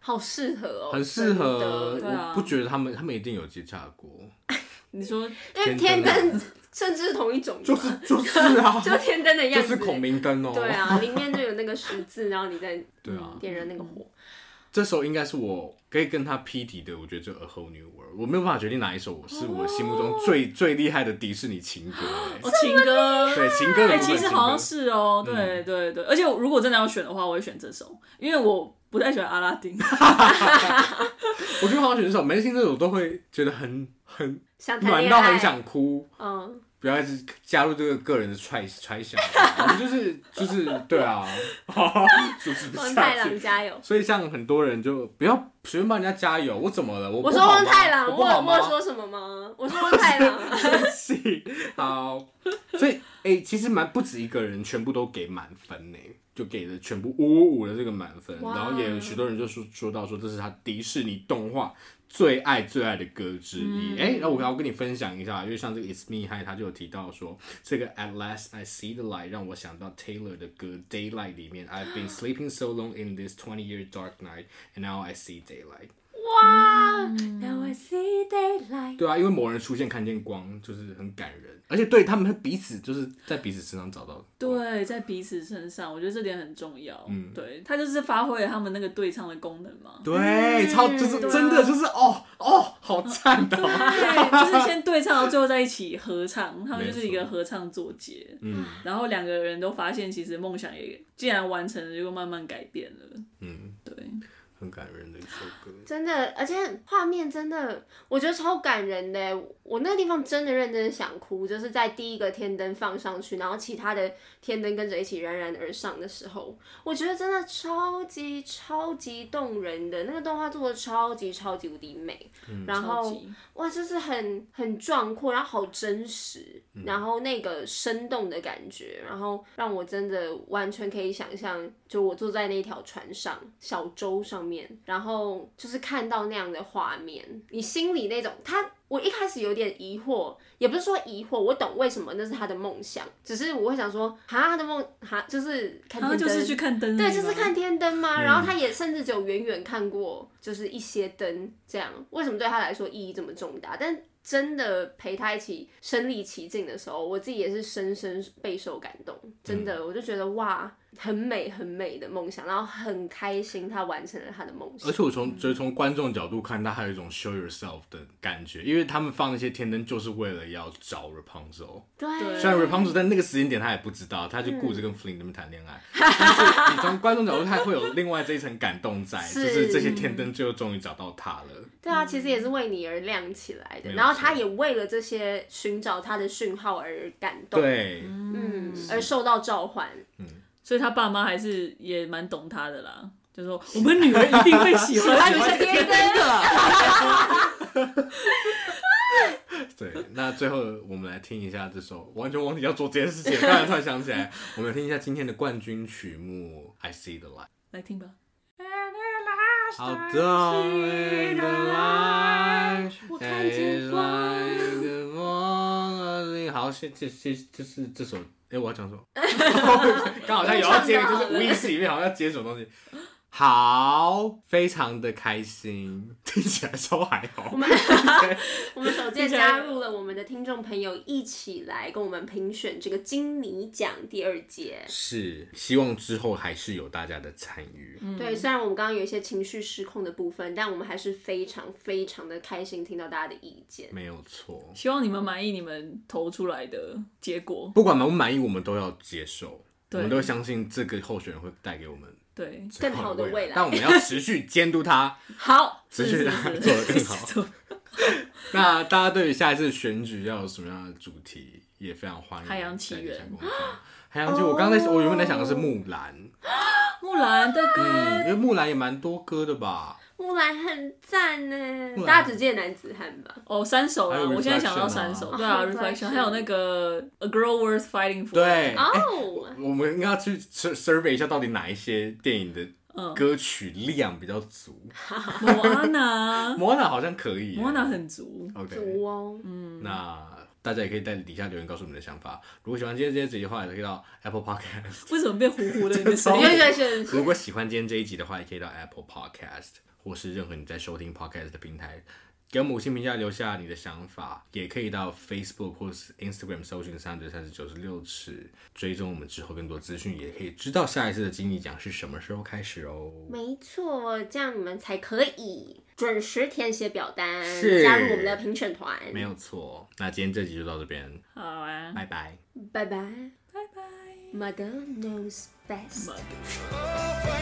Speaker 2: 好适合哦，
Speaker 1: 很适合。
Speaker 2: 真的
Speaker 3: 对啊
Speaker 1: 我不觉得他们，他们一定有接洽过，
Speaker 3: 你说
Speaker 2: 因为天
Speaker 1: 天灯啊
Speaker 2: 灯甚至是同一种的
Speaker 1: 就
Speaker 2: 嘛，
Speaker 1: 是就是啊，
Speaker 2: <laughs> 就天灯的样
Speaker 1: 就
Speaker 2: 子，
Speaker 1: 是孔明灯哦。
Speaker 2: 对啊，里面就有那个十字，然后你再
Speaker 1: 对啊
Speaker 2: 点燃那个火，
Speaker 1: 这首应该是我可以跟他匹敌的，我觉得这《A Whole New World》，我没有办法决定哪一首我是我心目中
Speaker 2: 哦
Speaker 1: 最、最厉害的迪士尼情歌欸、
Speaker 3: 哦，情歌，
Speaker 1: 对情歌的嗯
Speaker 3: 哎，
Speaker 1: 部分
Speaker 3: 其实
Speaker 1: 情歌
Speaker 3: 好像是哦，对对对，而且如果真的要选的话，我会选这首，因为我不太喜欢阿拉丁， <laughs>
Speaker 1: 我觉得好像选手每次听这首都会觉得很很
Speaker 2: 想谈
Speaker 1: 暖
Speaker 2: 恋
Speaker 1: 到很
Speaker 2: 爱，
Speaker 1: 想哭。
Speaker 2: 嗯，
Speaker 1: 不要一直加入这个个人的揣揣想，我们就是就是对啊， <laughs> 主持不
Speaker 2: 王
Speaker 1: 下
Speaker 2: 太
Speaker 1: 去
Speaker 2: 郎。加油！
Speaker 1: 所以像很多人就不要随便帮人家加油，我怎么了？我
Speaker 2: 我
Speaker 1: 我
Speaker 2: 说汪太郎，
Speaker 1: 我
Speaker 2: 我
Speaker 1: 不好
Speaker 2: 有我
Speaker 1: 吗
Speaker 2: 有？说什么吗？我说汪太郎啊，
Speaker 1: 对不起，好。所以哎、欸其实蛮不止一个人，全部都给满分呢，就给了全部五五五的这个满分。
Speaker 2: 哇
Speaker 1: 然后也有许多人就说说到说这是他迪士尼动画最爱最爱的歌之一。哎、那我要跟你分享一下，因为像这个 It's Me Hi，他就有提到说这个 At Last I See the Light 让我想到 Taylor 的歌 Daylight 里面 I've been sleeping so long in this twenty year dark night and now I see daylight。
Speaker 2: 哇，Now I see daylight，
Speaker 1: <laughs> 对啊，因为某人出现看见光，就是很感人，而且对他们彼此就是在彼此身上找到光。
Speaker 3: 对，在彼此身上，我觉得这点很重要。嗯，对，他就是发挥了他们那个对唱的功能嘛。
Speaker 1: 对，超就是
Speaker 2: 对啊
Speaker 1: 真的就是哦哦，好赞的、
Speaker 2: <laughs>
Speaker 3: 对，就是先对唱，然后最后在一起合唱，他们
Speaker 1: 没
Speaker 3: 就是一个
Speaker 1: 错
Speaker 3: 合唱作结。
Speaker 1: 嗯
Speaker 3: 然后两个人都发现，其实梦想也既然完成了，就慢慢改变了。
Speaker 1: 嗯，
Speaker 3: 对，
Speaker 1: 很感人的一首歌。
Speaker 2: 真的，而且画面真的，我觉得超感人的。我那个地方真的认真想哭，就是在第一个天灯放上去，然后其他的天灯跟着一起冉冉而上的时候，我觉得真的超级超级动人的。那个动画做的超级超级无敌美，
Speaker 1: 嗯
Speaker 2: 然
Speaker 3: 超
Speaker 2: 后
Speaker 3: 级
Speaker 2: 哇，就是很很壮阔，然后好真实，然后那个生动的感觉，然后让我真的完全可以想象，就我坐在那条船上，小舟上面，然后就是看到那样的画面，你心里那种他。我一开始有点疑惑，也不是说疑惑，我懂为什么那是他的梦想，只是我会想说，哈，他的梦，哈，就是看
Speaker 3: 然后
Speaker 2: 天
Speaker 3: 就是
Speaker 2: 灯
Speaker 3: 去看
Speaker 1: 嗯
Speaker 3: 灯，啊
Speaker 2: 对，就是看。天灯嘛。然后他也甚至只有远远看过，就是一些灯这样。为什么对他来说意义这么重大？但真的陪他一起身临其境的时候，我自己也是深深备受感动。真的，
Speaker 1: 嗯
Speaker 2: 我就觉得哇，很美很美的梦想，然后很开心他完成了他的梦想
Speaker 1: 而。且我从觉得从观众角度看，他还有一种 show yourself 的感觉，因为他们放那些天灯就是为了要找 Rapunzel。
Speaker 2: 对，
Speaker 1: 虽然 Rapunzel 在那个时间点他也不知道，他就
Speaker 2: 嗯
Speaker 1: 顾着跟 Flynn 那边谈恋爱。但是你从观众角度，他会有另外这一层感动在，
Speaker 2: <laughs> 是
Speaker 1: 就是这些天灯最后终于找到他了。
Speaker 2: 对啊，其实也是为你而亮起来
Speaker 1: 没
Speaker 2: 的。
Speaker 1: 有
Speaker 2: 然后他
Speaker 1: 错
Speaker 2: 也为了这些寻找他的讯号而感动，
Speaker 1: 对，
Speaker 2: 嗯，而受到召唤。
Speaker 3: 所以他爸妈还是也蛮懂他的啦，就说我们女儿一定会喜
Speaker 1: <laughs>
Speaker 3: 欢
Speaker 2: 喜欢你的天灯
Speaker 3: 的。
Speaker 1: 对，那最后我们来听一下这首，我完全忘记要做这件事情了，刚才突然想起来，我们来听一下今天的冠军曲目《I See the Light》。
Speaker 3: 来听吧。
Speaker 1: 好的，
Speaker 2: 我看见光。
Speaker 1: 好，谢谢谢，就是这首，哎、我要讲什
Speaker 2: <laughs>
Speaker 1: 么？刚好像有要接，就是无意识里面好像要接什么东西。好，非常的开心，听起来超还好
Speaker 2: 我。们 <laughs> 我们首届加入了我们的听众朋友一起来跟我们评选这个金泥奖第二届。
Speaker 1: 是，希望之后还是有大家的参与。
Speaker 2: 对，虽然我们刚刚有一些情绪失控的部分，但我们还是非常非常的开心听到大家的意见。
Speaker 1: 没有错，
Speaker 3: 希望你们满意你们投出来的结果。
Speaker 1: 不管满不满意，我们都要接受，我
Speaker 3: 对
Speaker 1: 们都相信这个候选人会带给我们
Speaker 3: 对，
Speaker 1: 最
Speaker 2: 更好的
Speaker 1: 的
Speaker 2: 未来
Speaker 1: 但我们要持续监督他，
Speaker 3: 好，
Speaker 1: 只
Speaker 3: 是
Speaker 1: 是
Speaker 3: 是
Speaker 1: 让他
Speaker 3: <laughs> 是
Speaker 1: <laughs> 做得更好
Speaker 3: 做
Speaker 1: 那大家对于下一次选举要有什么样的主题，也非常欢迎。
Speaker 3: 海洋起源，
Speaker 1: 海洋起源，我刚才我原本在想的是木兰，
Speaker 3: 木兰的歌，
Speaker 1: 嗯，因为木兰也蛮多歌的吧。
Speaker 2: 木兰很赞呢，
Speaker 1: 兰
Speaker 2: 大家只记得男子汉吧？
Speaker 3: 哦，三首
Speaker 1: 还
Speaker 3: 啦，
Speaker 1: 有
Speaker 3: 我现在想到
Speaker 1: Reflection
Speaker 3: 三
Speaker 1: 啊
Speaker 3: 首，对啊
Speaker 2: Reflection
Speaker 3: ，reflection，还有那个 A Girl Worth Fighting For，
Speaker 1: 对，哎
Speaker 2: 哦，
Speaker 1: 我们应该要去 sur- survey 一下，到底哪一些电影的
Speaker 3: 嗯 <laughs>
Speaker 1: 歌曲量比较足。
Speaker 3: 莫安娜，
Speaker 1: <laughs> 莫娜好像可以耶，
Speaker 3: 莫安娜很足，
Speaker 1: OK。
Speaker 2: 足哦，
Speaker 1: 那大家也可以在底下留言告诉我们的想法。如果喜欢今天这些集的话，也可以到 Apple Podcast。
Speaker 3: 为什么变糊糊
Speaker 1: <laughs>
Speaker 3: 的？你的声
Speaker 1: 哦
Speaker 3: 音
Speaker 2: 因为这是
Speaker 1: 如果喜欢今天这一集的话，也可以到 Apple Podcast 或是任何你在收听 Podcast 的平台，给我们五星评价，留下你的想法。也可以到 Facebook 或是 Instagram 搜寻三对三十九十六尺，追踪我们之后更多资讯，也可以知道下一次的金鱼奖是什么时候开始哦。
Speaker 2: 没错，这样你们才可以准时填写表单，
Speaker 1: 是
Speaker 2: 加入我们的评选团。
Speaker 1: 没有错，那今天这集就到这边，
Speaker 3: 好啊，
Speaker 1: 拜拜。
Speaker 2: 拜拜
Speaker 3: 拜拜。
Speaker 2: ，Mother knows best。
Speaker 3: Mother
Speaker 4: Oh, for